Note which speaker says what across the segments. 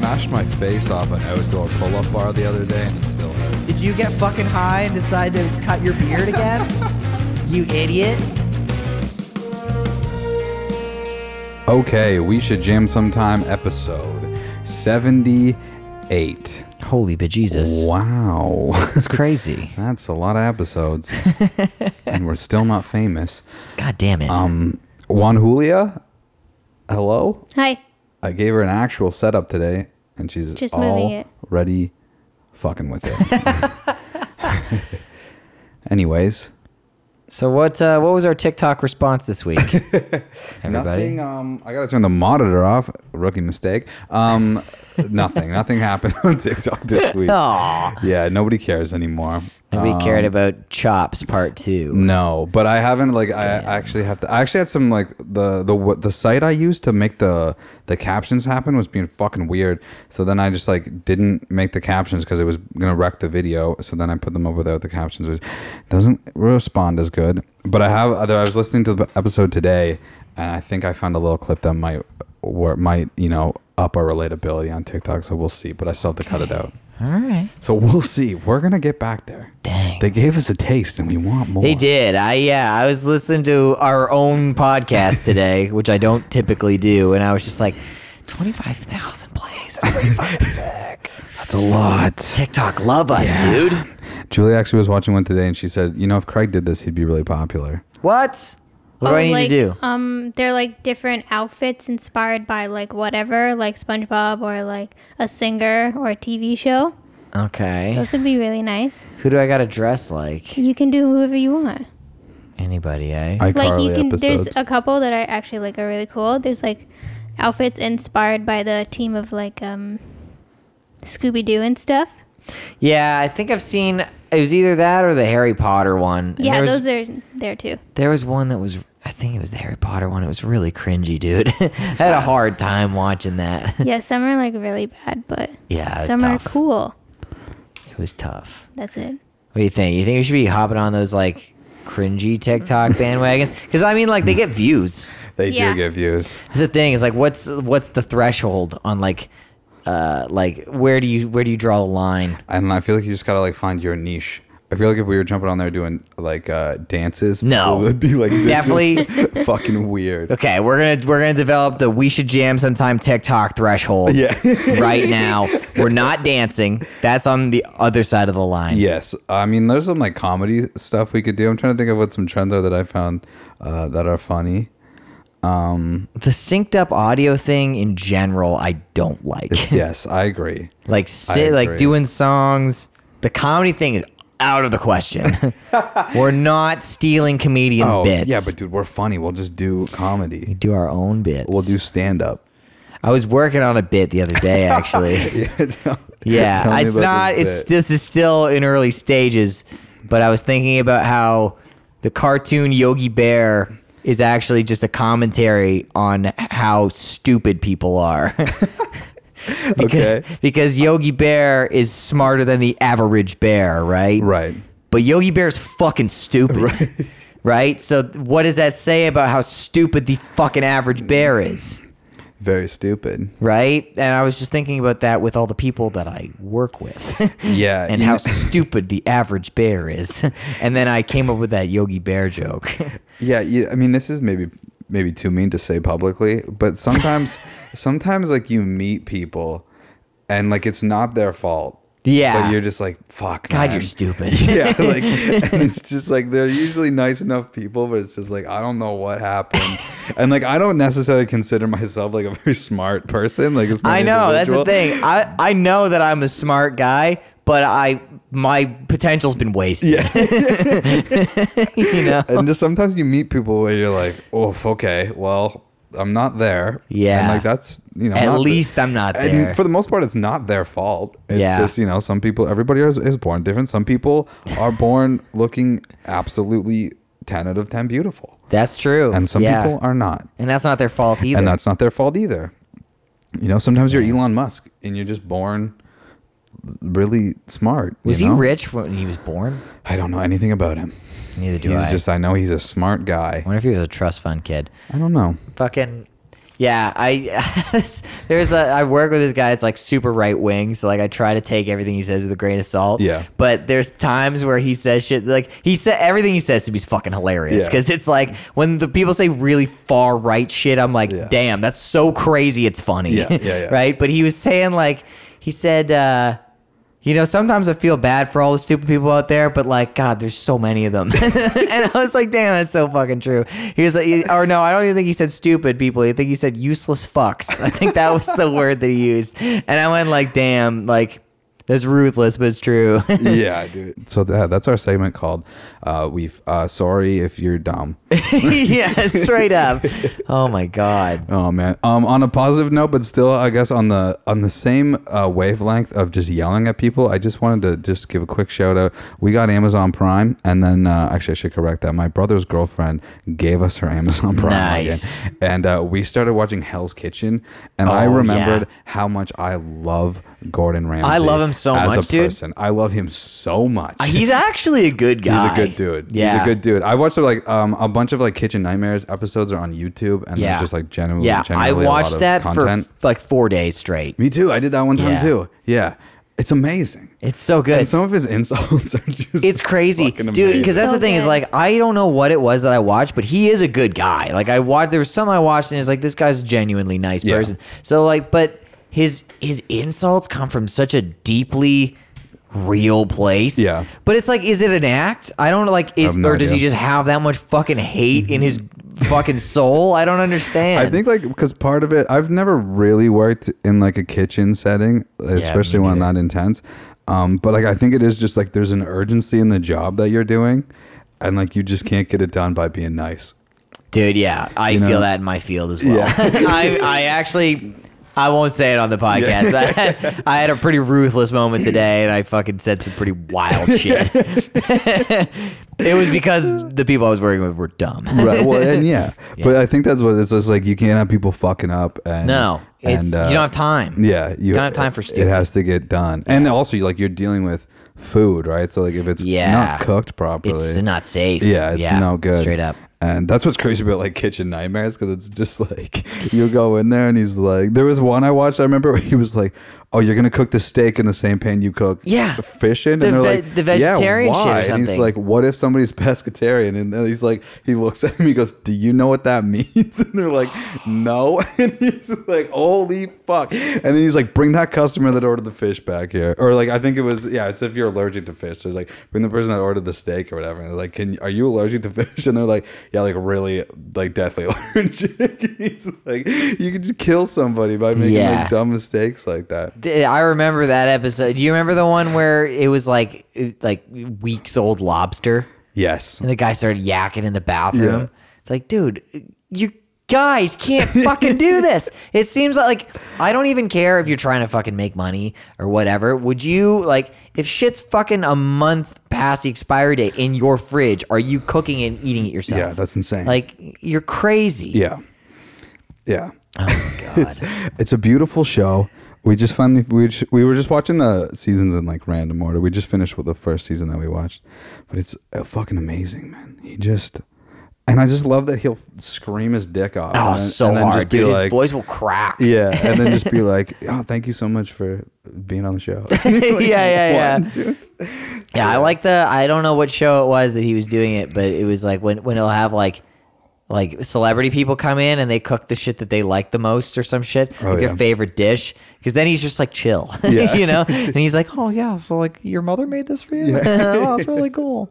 Speaker 1: bashed my face off an outdoor pull-up bar the other day, and it still hurts.
Speaker 2: Did you get fucking high and decide to cut your beard again? you idiot.
Speaker 1: Okay, we should jam sometime. Episode seventy-eight.
Speaker 2: Holy bejesus.
Speaker 1: Wow,
Speaker 2: That's crazy.
Speaker 1: that's a lot of episodes, and we're still not famous.
Speaker 2: God damn it.
Speaker 1: Um, Juan Julia, hello.
Speaker 3: Hi.
Speaker 1: I gave her an actual setup today, and she's
Speaker 3: Just moving it.
Speaker 1: already fucking with it. Anyways,
Speaker 2: so what uh, what was our TikTok response this week? Everybody.
Speaker 1: nothing. Um, I gotta turn the monitor off. Rookie mistake. Um, nothing. Nothing happened on TikTok this week.
Speaker 2: Aw.
Speaker 1: Yeah, nobody cares anymore.
Speaker 2: Nobody
Speaker 1: Um,
Speaker 2: cared about chops part two.
Speaker 1: No, but I haven't like I actually have to. I actually had some like the the w- the site I used to make the the captions happen was being fucking weird. So then I just like didn't make the captions because it was gonna wreck the video. So then I put them up without the captions, which doesn't respond as good. But I have. other- I was listening to the episode today, and I think I found a little clip that might or might you know up our relatability on TikTok. So we'll see. But I still have to cut it out.
Speaker 2: All right.
Speaker 1: So we'll see. We're gonna get back there.
Speaker 2: Dang.
Speaker 1: They gave us a taste, and we want more.
Speaker 2: They did. I yeah, I was listening to our own podcast today, which I don't typically do, and I was just like, twenty five thousand plays. That's pretty fucking sick.
Speaker 1: That's a lot.
Speaker 2: TikTok love us, dude.
Speaker 1: Julie actually was watching one today and she said, you know, if Craig did this, he'd be really popular.
Speaker 2: What?
Speaker 1: Oh,
Speaker 2: What do I need
Speaker 3: Oh, like,
Speaker 2: to do?
Speaker 3: Um, they're like different outfits inspired by like whatever, like SpongeBob or like a singer or a TV show.
Speaker 2: Okay.
Speaker 3: Those would be really nice.
Speaker 2: Who do I gotta dress like?
Speaker 3: You can do whoever you want.
Speaker 2: Anybody, eh?
Speaker 1: iCarly
Speaker 3: Like you can.
Speaker 1: episodes.
Speaker 3: There's a couple that I actually like are really cool. There's like outfits inspired by the team of like um, Scooby Doo and stuff.
Speaker 2: Yeah, I think I've seen it was either that or the Harry Potter one. And
Speaker 3: yeah,
Speaker 2: there was,
Speaker 3: those are there too.
Speaker 2: there was one that was I think it was the Harry Potter one. It was really cringy, dude. I had a hard time watching that.
Speaker 3: Yeah, some are like really bad, but
Speaker 2: Yeah, it was
Speaker 3: some
Speaker 2: tough.
Speaker 3: are cool.
Speaker 2: It was tough.
Speaker 3: That's it.
Speaker 2: What do you think? You think we should be hopping on those like cringy TikTok bandwagons? Because I mean, like they get views.
Speaker 1: they
Speaker 3: Yeah.
Speaker 1: do get views.
Speaker 2: That's the thing. Is like, what's what's the threshold on like, uh, like where do you where do you draw the line?
Speaker 1: And I feel like you just got to like find your niche. I feel like if we were jumping on there doing like uh, dances,
Speaker 2: No.
Speaker 1: it would be like this
Speaker 2: Definitely-
Speaker 1: is fucking weird.
Speaker 2: Okay, we're gonna we're gonna develop the we should jam sometime TikTok threshold.
Speaker 1: Yeah.
Speaker 2: right now, we're not dancing. That's on the other side of the line.
Speaker 1: yes. I mean, there's some like comedy stuff we could do. I'm trying to think of what some trends are that I found uh, that are funny.
Speaker 2: The synced up audio thing in general, I don't like.
Speaker 1: yes, I agree.
Speaker 2: like si- like
Speaker 1: agree.
Speaker 2: doing songs. The comedy thing is out of the question. We're not stealing comedians'
Speaker 1: Oh,
Speaker 2: bits.
Speaker 1: yeah, but dude, we're funny. We'll just do comedy.
Speaker 2: do our own bits.
Speaker 1: We'll do stand up.
Speaker 2: I was working on a bit the other day, actually.
Speaker 1: yeah, tell-
Speaker 2: yeah,
Speaker 1: tell me
Speaker 2: it's
Speaker 1: about
Speaker 2: not.
Speaker 1: this
Speaker 2: It's
Speaker 1: bit.
Speaker 2: this is still in early stages, but I was thinking about how the cartoon Yogi Bear is actually just a commentary on how stupid people are.
Speaker 1: Okay.
Speaker 2: because Yogi Bear is smarter than the average bear, right?
Speaker 1: right.
Speaker 2: But Yogi Bear's fucking stupid. Right. So what does that say about how stupid the fucking average bear is?
Speaker 1: Very stupid.
Speaker 2: Right? And I was just thinking about that with all the people that I work with.
Speaker 1: Yeah,
Speaker 2: and
Speaker 1: you
Speaker 2: how
Speaker 1: know-
Speaker 2: stupid the average bear is. and then I came up with that Yogi Bear joke.
Speaker 1: Yeah, yeah, I mean, this is maybe maybe too mean to say publicly, but sometimes sometimes like you meet people and like it's not their fault.
Speaker 2: Yeah.
Speaker 1: But you're just like, fuck.
Speaker 2: God, you're
Speaker 1: man.
Speaker 2: stupid.
Speaker 1: yeah, like and it's just like they're usually nice enough people, but it's just like I don't know what happened, and like I don't necessarily consider myself like a very smart person. Like, as my
Speaker 2: I know, that's the
Speaker 1: individual.
Speaker 2: thing. I, I know that I'm a smart guy, but I my potential's been wasted. you know?
Speaker 1: and just sometimes you meet people where you're like, oof, okay, well, I'm not there.
Speaker 2: Yeah.
Speaker 1: And like that's you know
Speaker 2: At
Speaker 1: not the-
Speaker 2: least I'm not there.
Speaker 1: And for the most part, it's not their fault. It's
Speaker 2: Yeah.
Speaker 1: just you know some people, everybody is, is born different. Some people are born looking absolutely ten out of ten beautiful,
Speaker 2: That's true.
Speaker 1: and some
Speaker 2: Yeah.
Speaker 1: people are not,
Speaker 2: And that's not their fault either.
Speaker 1: and that's not their fault either. You know, sometimes you're Elon Musk and you're just born really smart.
Speaker 2: was
Speaker 1: you
Speaker 2: he
Speaker 1: know?
Speaker 2: rich when he was born?
Speaker 1: I don't know anything about him.
Speaker 2: Neither do
Speaker 1: He's
Speaker 2: I.
Speaker 1: just I know he's a smart guy.
Speaker 2: I wonder if he was a trust fund kid.
Speaker 1: I don't know.
Speaker 2: Fucking Yeah, I there's a I work with this guy. It's like super right wing, so like I try to take everything he says with a grain of salt.
Speaker 1: Yeah.
Speaker 2: but there's times where he says shit like he said everything he says to me is fucking hilarious
Speaker 1: Yeah.
Speaker 2: because it's like when the people say really far right shit, I'm like,
Speaker 1: Yeah.
Speaker 2: damn, that's so crazy. It's funny.
Speaker 1: Yeah, yeah, yeah.
Speaker 2: right. But he was saying like he said. uh you know, sometimes I feel bad for all the stupid people out there, but like, God, there's so many of them. and I was like, damn, that's so fucking true. He was like, or no, I don't even think he said stupid people. I think he said useless fucks. I think that was the word that he used. And I went like, damn, like, that's ruthless, but it's true.
Speaker 1: yeah, dude. So that, that's our segment called uh, "We've uh, Sorry If You're Dumb."
Speaker 2: yeah, straight up. Oh my God.
Speaker 1: Oh man. Um, on a positive note, but still, I guess on the on the same uh, wavelength of just yelling at people, I just wanted to just give a quick shout out. We got Amazon Prime, and then uh, actually, I should correct that. My brother's girlfriend gave us her Amazon Prime,
Speaker 2: Nice.
Speaker 1: again. and uh, we started watching Hell's Kitchen, and I
Speaker 2: Oh,
Speaker 1: remembered
Speaker 2: yeah.
Speaker 1: how much I love Gordon Ramsay.
Speaker 2: love him so
Speaker 1: as
Speaker 2: much,
Speaker 1: a
Speaker 2: dude. Uh,
Speaker 1: Person. I love him so much.
Speaker 2: He's actually a good guy.
Speaker 1: He's a good dude.
Speaker 2: Yeah.
Speaker 1: He's a good dude. I watched like um, a bunch of like Kitchen Nightmares episodes are on YouTube, and
Speaker 2: Yeah.
Speaker 1: there's just like genuinely,
Speaker 2: Yeah, I
Speaker 1: genuinely a lot
Speaker 2: watched
Speaker 1: of
Speaker 2: that
Speaker 1: content.
Speaker 2: for f- like four days straight.
Speaker 1: Me too. I did that one time
Speaker 2: Yeah.
Speaker 1: too. Yeah, it's amazing.
Speaker 2: It's so good.
Speaker 1: And some of his insults are just
Speaker 2: it's crazy,
Speaker 1: fucking
Speaker 2: dude.
Speaker 1: amazing.
Speaker 2: Because that's
Speaker 3: So
Speaker 2: the thing is
Speaker 3: good.
Speaker 2: like I don't know what it was that I watched, but he is a good guy. Like I watched, there was some I watched, and it's like this guy's a genuinely nice
Speaker 1: Yeah.
Speaker 2: person. So like, but his his insults come from such a deeply real place.
Speaker 1: Yeah.
Speaker 2: But it's like, is it an act? I don't know, like. Is
Speaker 1: have no
Speaker 2: or does he
Speaker 1: idea.
Speaker 2: just have that much fucking hate in his fucking soul? I don't understand.
Speaker 1: I think like because part of it, I've never really worked in like a kitchen setting, especially
Speaker 2: me
Speaker 1: one
Speaker 2: neither.
Speaker 1: that intense. Um, but like I think it is just like there's an urgency in the job that you're doing, and like you just can't get it done by being nice.
Speaker 2: Dude, yeah, I
Speaker 1: You know?
Speaker 2: feel that in my field as well.
Speaker 1: Yeah.
Speaker 2: I, I actually, I won't say it on the podcast. but I, had, I had a pretty ruthless moment today, and I fucking said some pretty wild shit. it was because the people I was working with were dumb.
Speaker 1: right. Well, and yeah, but I think that's what it's just like. You can't have people fucking up. And
Speaker 2: No, it's
Speaker 1: and, uh,
Speaker 2: you don't have time.
Speaker 1: Yeah, you
Speaker 2: don't have time for
Speaker 1: it-
Speaker 2: stupid.
Speaker 1: It has to get done, and also like you're dealing with food, right? So like if it's
Speaker 2: Yeah.
Speaker 1: not cooked properly,
Speaker 2: It's not safe.
Speaker 1: yeah, it's no good.
Speaker 2: Straight up.
Speaker 1: And that's what's crazy about like kitchen nightmares because it's just like you go in there and he's like, there was one I watched. I remember where he was like, "Oh, you're gonna cook the steak in the same pan you cook
Speaker 2: Yeah.
Speaker 1: fish in,"
Speaker 2: The
Speaker 1: and they're
Speaker 2: ve-
Speaker 1: like,
Speaker 2: the vegetarian
Speaker 1: yeah,
Speaker 2: shit or
Speaker 1: why? And he's
Speaker 2: something.
Speaker 1: like, "What if somebody's pescatarian?" And then he's like, he looks at me, he goes, "Do you know what that means?" And they're like, "No," and he's like, "Holy fuck!" And then he's like, "Bring that customer that ordered the fish back here," or like I think it was yeah, it's if you're allergic to fish. So it's like, bring the person that ordered the steak or whatever. And they're like, "Can are you allergic to fish?" And they're like, "Yeah, like really, like deathly allergic." he's like, "You could just kill somebody by making
Speaker 2: Yeah.
Speaker 1: like dumb mistakes like that."
Speaker 2: Th- I remember that episode. Do you remember the one where it was like it- like weeks old lobster?
Speaker 1: Yes.
Speaker 2: And the guy started yakking in the bathroom.
Speaker 1: Yeah.
Speaker 2: It's like, dude, you guys can't fucking do this. It seems like I don't even care if you're trying to fucking make money or whatever. Would you like if shit's fucking a month past the expiry date in your fridge, are you cooking and eating it yourself?
Speaker 1: Yeah, that's insane.
Speaker 2: like you're crazy. Oh
Speaker 1: Yeah. Yeah.
Speaker 2: God.
Speaker 1: It's a beautiful show. We just finally we j- we were just watching the seasons in like random order. We just finished with the first season that we watched, but it's uh, fucking amazing, man. He just and I just love that he'll scream his dick off.
Speaker 2: Oh,
Speaker 1: and then-
Speaker 2: so
Speaker 1: and then
Speaker 2: hard,
Speaker 1: just be
Speaker 2: dude.
Speaker 1: like-
Speaker 2: His voice will crack.
Speaker 1: Yeah, and then just be like, "Oh, thank you so much for being on the show."
Speaker 2: yeah, yeah, yeah.
Speaker 1: One, two.
Speaker 2: Yeah, I like the. I don't know what show it was that he was doing it, but it was like when when it'll have like like celebrity people come in and they cook the shit that they like the most or some shit,
Speaker 1: Oh,
Speaker 2: like
Speaker 1: yeah.
Speaker 2: their favorite dish. Because then he's just like chill,
Speaker 1: Yeah.
Speaker 2: you know, and he's like, oh yeah, so like your mother made this for you. oh, that's really cool.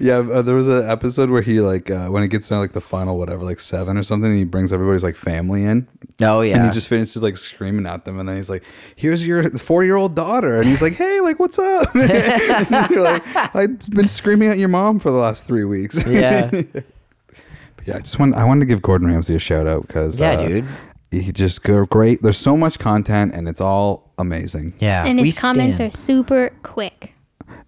Speaker 1: Yeah, uh, there was an episode where he like uh, when it gets down like the final whatever, like seven or something, he brings everybody's like family in,
Speaker 2: Oh yeah,
Speaker 1: And he just finishes like screaming at them, and then he's like, "Here's your four-year-old daughter," and he's like, "Hey, like, what's up?" And you're like, "I've been screaming at your mom for the last three weeks."
Speaker 2: yeah,
Speaker 1: But yeah. I just want I wanted to give Gordon Ramsay a shout out because
Speaker 2: Yeah, dude.
Speaker 1: he just go great. There's so much content, and it's all amazing.
Speaker 2: yeah.
Speaker 3: and
Speaker 2: We
Speaker 3: his comments
Speaker 2: stand.
Speaker 3: are super quick.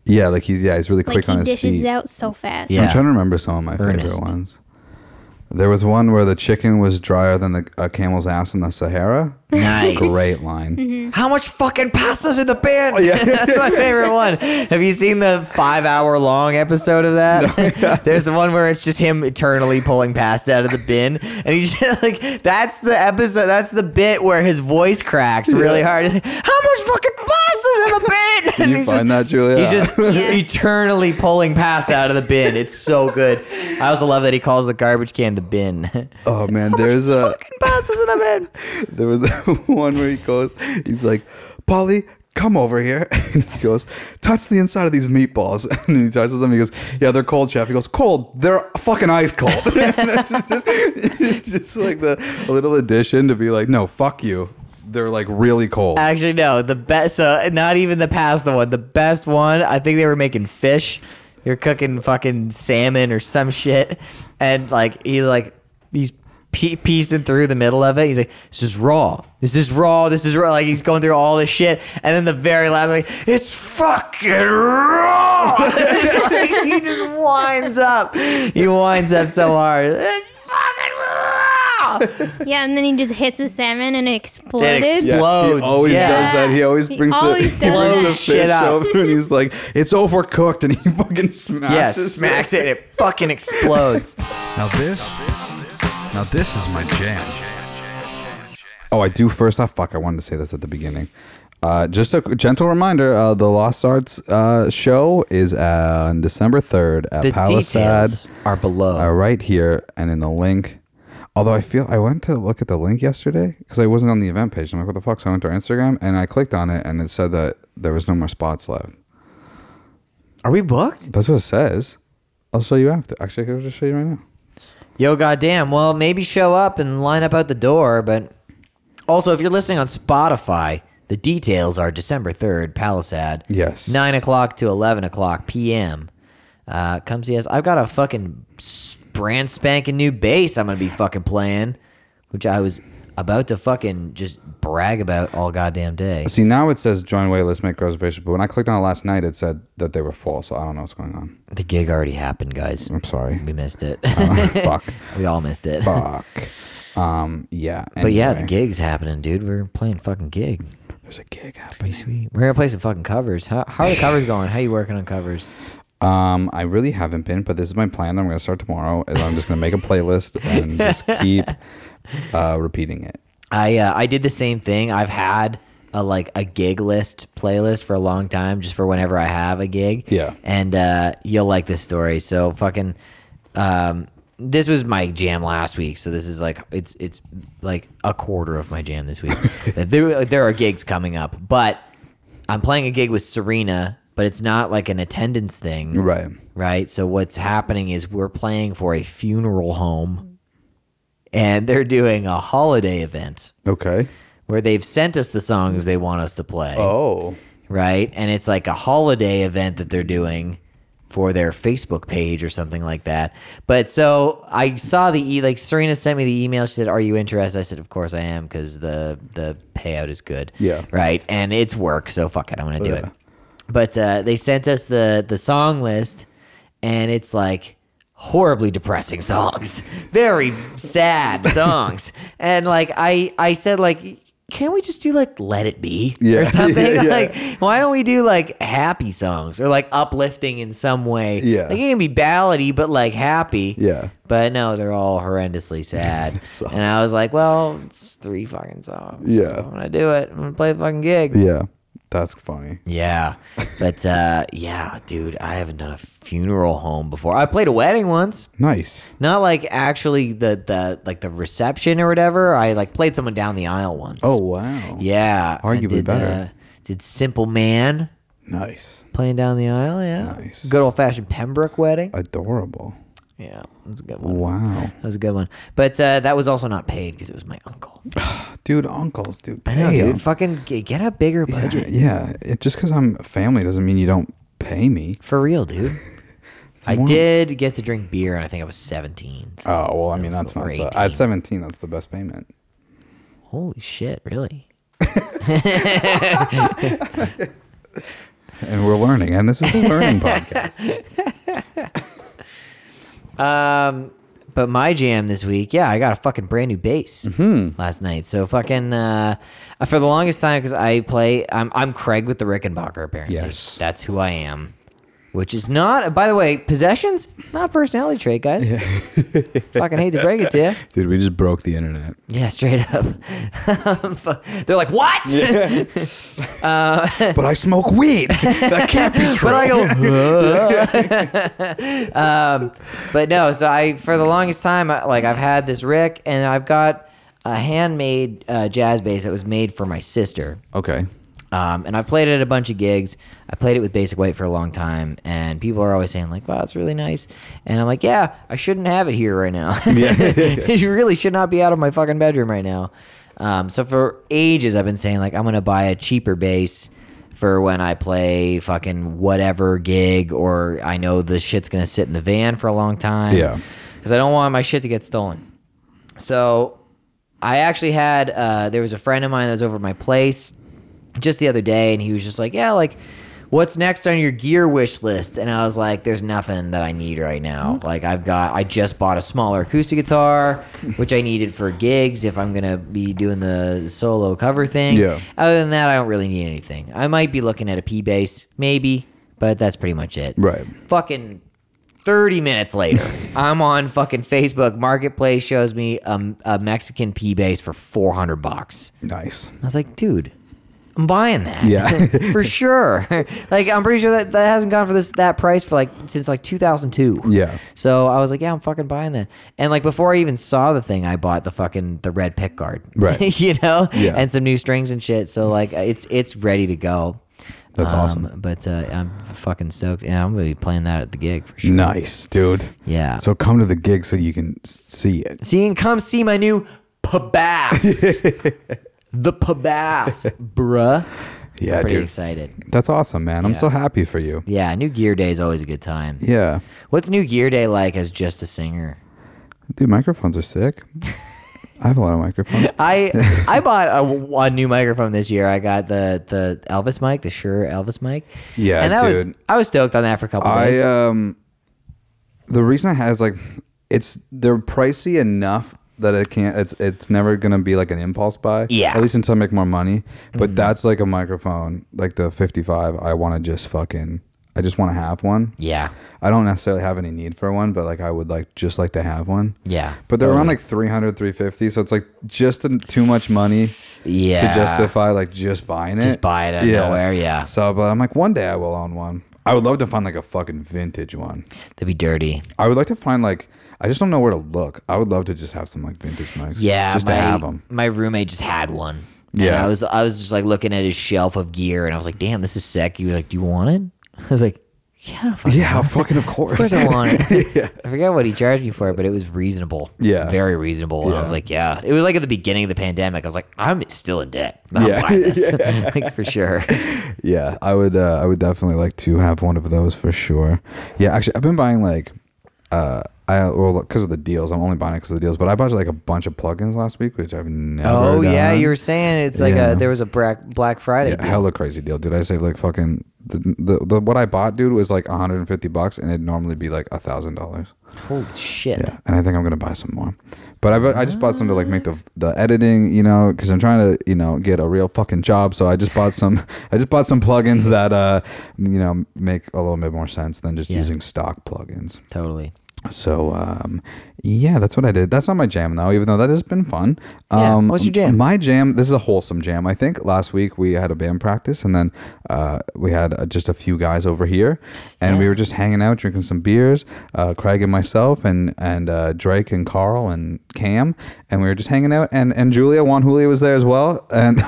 Speaker 1: Yeah, like he's yeah, he's really
Speaker 3: Like
Speaker 1: quick on
Speaker 3: he
Speaker 1: his
Speaker 3: dishes
Speaker 1: feet.
Speaker 3: out so fast.
Speaker 2: Yeah.
Speaker 1: I'm trying to remember some of my
Speaker 2: Earnest.
Speaker 1: favorite ones. There was one where the chicken was drier than the, a camel's ass in the Sahara.
Speaker 2: Nice.
Speaker 1: Great line.
Speaker 3: Mm-hmm.
Speaker 2: How much fucking pasta's in the pan?
Speaker 1: Oh, yeah.
Speaker 2: That's my favorite one. Have you seen the five hour long episode of that? There's the one where it's just him eternally pulling pasta out of the bin. And he's just like, that's the episode, that's the bit where his voice cracks really hard. He's like, How much fucking pasta's in the bin? And
Speaker 1: you
Speaker 2: he's
Speaker 1: find
Speaker 2: just,
Speaker 1: that, Julia?
Speaker 2: He's just
Speaker 3: Yeah.
Speaker 2: eternally pulling pasta out of the bin. It's so good. I also love that he calls the garbage can the bin.
Speaker 1: Oh man, there's a
Speaker 2: fucking pasta's in the bin.
Speaker 1: there was one where he goes, he's like, Polly, come over here. And he goes, touch the inside of these meatballs. And he touches them. He goes, yeah, they're cold, chef. He goes, cold. They're fucking ice cold. it's just, it's just like the a little addition to be like, no, fuck you. They're like really cold.
Speaker 2: Actually, no. The best, so not even the pasta one. The best one, I think they were making fish. They were cooking fucking salmon or some shit, and like he like he's pe- piecing through the middle of it. He's like, "This is raw. This is raw. This is raw." Like he's going through all this shit, and then the very last like, "It's fucking raw." It's like, he just winds up. He winds up so hard. It's fucking raw.
Speaker 3: Yeah, and then he just hits the salmon and it exploded.
Speaker 2: explodes.
Speaker 1: he always
Speaker 2: Yeah.
Speaker 1: does that. He always
Speaker 3: He
Speaker 1: brings
Speaker 3: always
Speaker 1: the, he
Speaker 3: does
Speaker 1: brings
Speaker 3: that.
Speaker 1: the
Speaker 2: Shit
Speaker 1: fish
Speaker 2: up.
Speaker 1: over and he's like, it's overcooked, and he fucking
Speaker 2: Yeah,
Speaker 1: smashes.
Speaker 2: smacks it. and It fucking explodes.
Speaker 1: Now this, now this is my jam. Oh, I do. First off, fuck, I wanted to say this at the beginning. Uh, just a gentle reminder: uh, the Lost Arts uh, show is uh, on December third at
Speaker 2: The
Speaker 1: Palisade,
Speaker 2: details are below.
Speaker 1: uh, right here, and in the link. Although I feel I went to look at the link yesterday because I wasn't on the event page. I'm like, what the fuck? So I went to our Instagram and I clicked on it, and it said that there was no more spots left.
Speaker 2: Are we booked?
Speaker 1: That's what it says. I'll show you after. Actually, I'll just show you right now.
Speaker 2: Yo, goddamn. Well, maybe show up and line up out the door, but also if you're listening on Spotify, the details are December 3rd, Palisade.
Speaker 1: Yes.
Speaker 2: 9 o'clock to 11 o'clock p.m. Uh, come see us. I've got a fucking s- brand spanking new bass I'm going to be fucking playing, which I was about to fucking just brag about all goddamn day.
Speaker 1: See, now it says join wait list, make reservations. But when I clicked on it last night, it said that they were full. So I don't know what's going on.
Speaker 2: The gig already happened, guys.
Speaker 1: I'm sorry. Uh,
Speaker 2: We missed it.
Speaker 1: Mm. Oh, fuck.
Speaker 2: we all missed it.
Speaker 1: Fuck. Um, yeah.
Speaker 2: But yeah, the
Speaker 1: anyway.
Speaker 2: gig's happening, dude. We're playing fucking gig.
Speaker 1: There's a gig happening.
Speaker 2: Pretty sweet. We're gonna play some fucking covers. How, how are the covers going? How you working on covers?
Speaker 1: Um, I really haven't been, but this is my plan. I'm going to start tomorrow. Is I'm just going to make a playlist and just keep uh, repeating it.
Speaker 2: I uh, I did the same thing. I've had a like a gig list playlist for a long time, just for whenever I have a gig.
Speaker 1: Yeah.
Speaker 2: And uh, you'll like this story. So fucking, um, this was my jam last week. So this is like it's it's like a quarter of my jam this week. there there are gigs coming up, but I'm playing a gig with Serena, but it's not like an attendance thing.
Speaker 1: Right.
Speaker 2: right? So what's happening is we're playing for a funeral home and they're doing a holiday event
Speaker 1: Okay.
Speaker 2: where they've sent us the songs they want us to play,
Speaker 1: Oh.
Speaker 2: right? And it's like a holiday event that they're doing for their Facebook page or something like that. But so I saw the e like Serena sent me the email. She said, "Are you interested?" I said, "Of course I am cuz the the payout is good."
Speaker 1: Yeah.
Speaker 2: Right? And it's work, so fuck it, I'm going to do it but uh, they sent us the the song list, and it's like horribly depressing songs, very sad songs, and like I I said like. Can't we just do like "Let It Be"
Speaker 1: Yeah.
Speaker 2: or something?
Speaker 1: Yeah.
Speaker 2: Like, why don't we do like happy songs or like uplifting in some way?
Speaker 1: Yeah.
Speaker 2: like it can be ballady, but like happy.
Speaker 1: Yeah.
Speaker 2: But no, they're all horrendously sad.
Speaker 1: sucks.
Speaker 2: and I was like, well, it's three fucking songs.
Speaker 1: Yeah.
Speaker 2: I'm gonna do it. I'm gonna play the fucking gig.
Speaker 1: Yeah. That's funny.
Speaker 2: Yeah. But uh yeah, dude, I haven't done a funeral home before. I played a wedding once.
Speaker 1: Nice.
Speaker 2: Not like actually the the like the reception or whatever. I like played someone down the aisle once.
Speaker 1: Oh, wow.
Speaker 2: Yeah. I
Speaker 1: Arguably
Speaker 2: did,
Speaker 1: better.
Speaker 2: uh, did Simple Man
Speaker 1: Nice.
Speaker 2: playing down the aisle, yeah.
Speaker 1: Nice.
Speaker 2: Good old fashioned Pembroke wedding.
Speaker 1: Adorable.
Speaker 2: Yeah. That was a good one.
Speaker 1: Wow.
Speaker 2: That was a good one. But uh that was also not paid because it was my uncle.
Speaker 1: Dude, uncles, dude.
Speaker 2: I know,
Speaker 1: pay
Speaker 2: dude.
Speaker 1: up.
Speaker 2: Fucking g- get a bigger budget.
Speaker 1: Yeah, yeah. It, just because I'm family doesn't mean you don't pay me.
Speaker 2: For real, dude. I
Speaker 1: more-
Speaker 2: did get to drink beer, and I think I was 17. so-
Speaker 1: Oh well, I mean
Speaker 2: That was
Speaker 1: that's not
Speaker 2: over
Speaker 1: so,
Speaker 2: 18.
Speaker 1: at seventeen. That's the best payment.
Speaker 2: Holy shit, really?
Speaker 1: And we're learning, and this is a learning podcast.
Speaker 2: Um, But my jam this week, yeah, I got a fucking brand new bass last night. So fucking uh, for the longest time because I play, I'm I'm Craig with the Rickenbacker apparently.
Speaker 1: Yes.
Speaker 2: that's who I am. Which is not, by the way, possessions not a personality trait, guys. fucking hate to break it to you.
Speaker 1: Dude, we just broke the internet.
Speaker 2: Yeah, straight up. They're like, what?
Speaker 1: But I smoke weed. that can't be true.
Speaker 2: Uh, but I go. "Huh?" um, but no, so I for the longest time, I, like I've had this Rick, and I've got a handmade uh, jazz bass that was made for my sister.
Speaker 1: okay.
Speaker 2: Um, and I played it at a bunch of gigs. I played it with Basic White for a long time, and people are always saying like, "Wow, it's really nice." And I'm like, "Yeah, I shouldn't have it here right now. you really should not be out of my fucking bedroom right now." Um, so for ages, I've been saying like, "I'm gonna buy a cheaper bass for when I play fucking whatever gig, or I know the shit's gonna sit in the van for a long time."
Speaker 1: Yeah.
Speaker 2: because I don't want my shit to get stolen. So I actually had uh, there was a friend of mine that was over at my place just the other day, and he was just like, "Yeah, like, what's next on your gear wish list?" And I was like, "There's nothing that I need right now. Like, I've got I just bought a smaller acoustic guitar, which I needed for gigs if I'm gonna be doing the solo cover thing.
Speaker 1: Yeah.
Speaker 2: Other than that, I don't really need anything. I might be looking at a P bass, maybe, but that's pretty much it.
Speaker 1: Right.
Speaker 2: Fucking." 30 minutes later, I'm on fucking Facebook. Marketplace shows me um, a Mexican P bass for 400 bucks.
Speaker 1: Nice.
Speaker 2: I was like, dude, I'm buying that.
Speaker 1: Yeah.
Speaker 2: for sure. like, I'm pretty sure that that hasn't gone for this that price for like since like 2002.
Speaker 1: Yeah.
Speaker 2: So I was like, yeah, I'm fucking buying that. And like before I even saw the thing, I bought the fucking the red pick guard.
Speaker 1: Right.
Speaker 2: you know,
Speaker 1: Yeah.
Speaker 2: and some new strings and shit. So like, it's it's ready to go.
Speaker 1: That's awesome.
Speaker 2: But uh, I'm fucking stoked, and I'm gonna be playing that at the gig for sure.
Speaker 1: Nice, dude.
Speaker 2: Yeah.
Speaker 1: Mm. So come to the gig so you can s- see it.
Speaker 2: See and come see my new Pabass. the Pabass, bruh.
Speaker 1: Yeah,
Speaker 2: Pretty
Speaker 1: dude.
Speaker 2: excited.
Speaker 1: That's awesome, man. I'm so happy for you.
Speaker 2: Yeah, New Gear Day is always a good time.
Speaker 1: Yeah.
Speaker 2: What's New Gear Day like as just a singer?
Speaker 1: Dude, microphones are sick. I have a lot of microphones.
Speaker 2: I I bought a, a new microphone this year. I got the the Elvis mic, the Shure Elvis mic.
Speaker 1: Yeah,
Speaker 2: and I was
Speaker 1: dude.
Speaker 2: I was stoked on that for a couple
Speaker 1: I
Speaker 2: days.
Speaker 1: um the reason I had is like it's they're pricey enough that it can't it's it's never gonna be like an impulse buy.
Speaker 2: Yeah.
Speaker 1: At least until I make more money. But that's like a microphone, like the fifty five, I wanna just fucking I just wanna have one.
Speaker 2: yeah,
Speaker 1: I don't necessarily have any need for one, but like I would like just like to have one.
Speaker 2: yeah,
Speaker 1: But they're around like 300, 350, so it's like just a, too much money
Speaker 2: yeah.
Speaker 1: to justify like just buying it.
Speaker 2: Just buy it out of nowhere, yeah.
Speaker 1: So, but I'm like, one day I will own one. I would love to find like a fucking vintage one.
Speaker 2: to be dirty.
Speaker 1: I would like to find like I just don't know where to look. I would love to just have some like vintage mics.
Speaker 2: Yeah,
Speaker 1: just
Speaker 2: my,
Speaker 1: to have them.
Speaker 2: My roommate just had one. And
Speaker 1: Yeah.
Speaker 2: I was I was just like looking at his shelf of gear, and I was like, "Damn, this is sick." He was like, "Do you want it?" I was like, "Yeah, fuck
Speaker 1: Yeah, fucking of course.
Speaker 2: course I want it. I forget what he charged me for it, but it was reasonable.
Speaker 1: Yeah.
Speaker 2: Very reasonable. And I
Speaker 1: Yeah.
Speaker 2: was like, yeah. It was like at the beginning of the pandemic. I was like, I'm still in debt. I'm
Speaker 1: Yeah.
Speaker 2: buying this. like, for sure.
Speaker 1: Yeah, I would. Uh, I would definitely like to have one of those for sure. Yeah, actually, I've been buying like, uh, I well because of the deals. I'm only buying it because of the deals. But I bought like a bunch of plugins last week, which I've never.
Speaker 2: Oh, yeah.
Speaker 1: done.
Speaker 2: You were saying it's like
Speaker 1: uh, Yeah.
Speaker 2: a, there was a Black, Black Friday.
Speaker 1: Yeah,
Speaker 2: deal.
Speaker 1: hella crazy deal, dude. I saved like fucking the, the, the what I bought, dude, was like 150 bucks, and it'd normally be like a thousand dollars.
Speaker 2: Holy shit.
Speaker 1: Yeah, and I think I'm gonna buy some more. But I, bu- I just bought some to like make the the editing, you know, because I'm trying to you know get a real fucking job. So I just bought some I just bought some plugins that uh you know make a little bit more sense than just
Speaker 2: Yeah.
Speaker 1: using stock plugins.
Speaker 2: Totally.
Speaker 1: So um yeah, that's what I did. That's not my jam though, even though that has been fun.
Speaker 2: Yeah,
Speaker 1: Um
Speaker 2: what's your jam?
Speaker 1: My jam, this is a wholesome jam. I think last week we had a band practice and then uh we had uh, just a few guys over here and we were just hanging out drinking some beers, uh Craig and myself and and uh Drake and Carl and Cam and we were just hanging out and and Julia Juan Julia was there as well and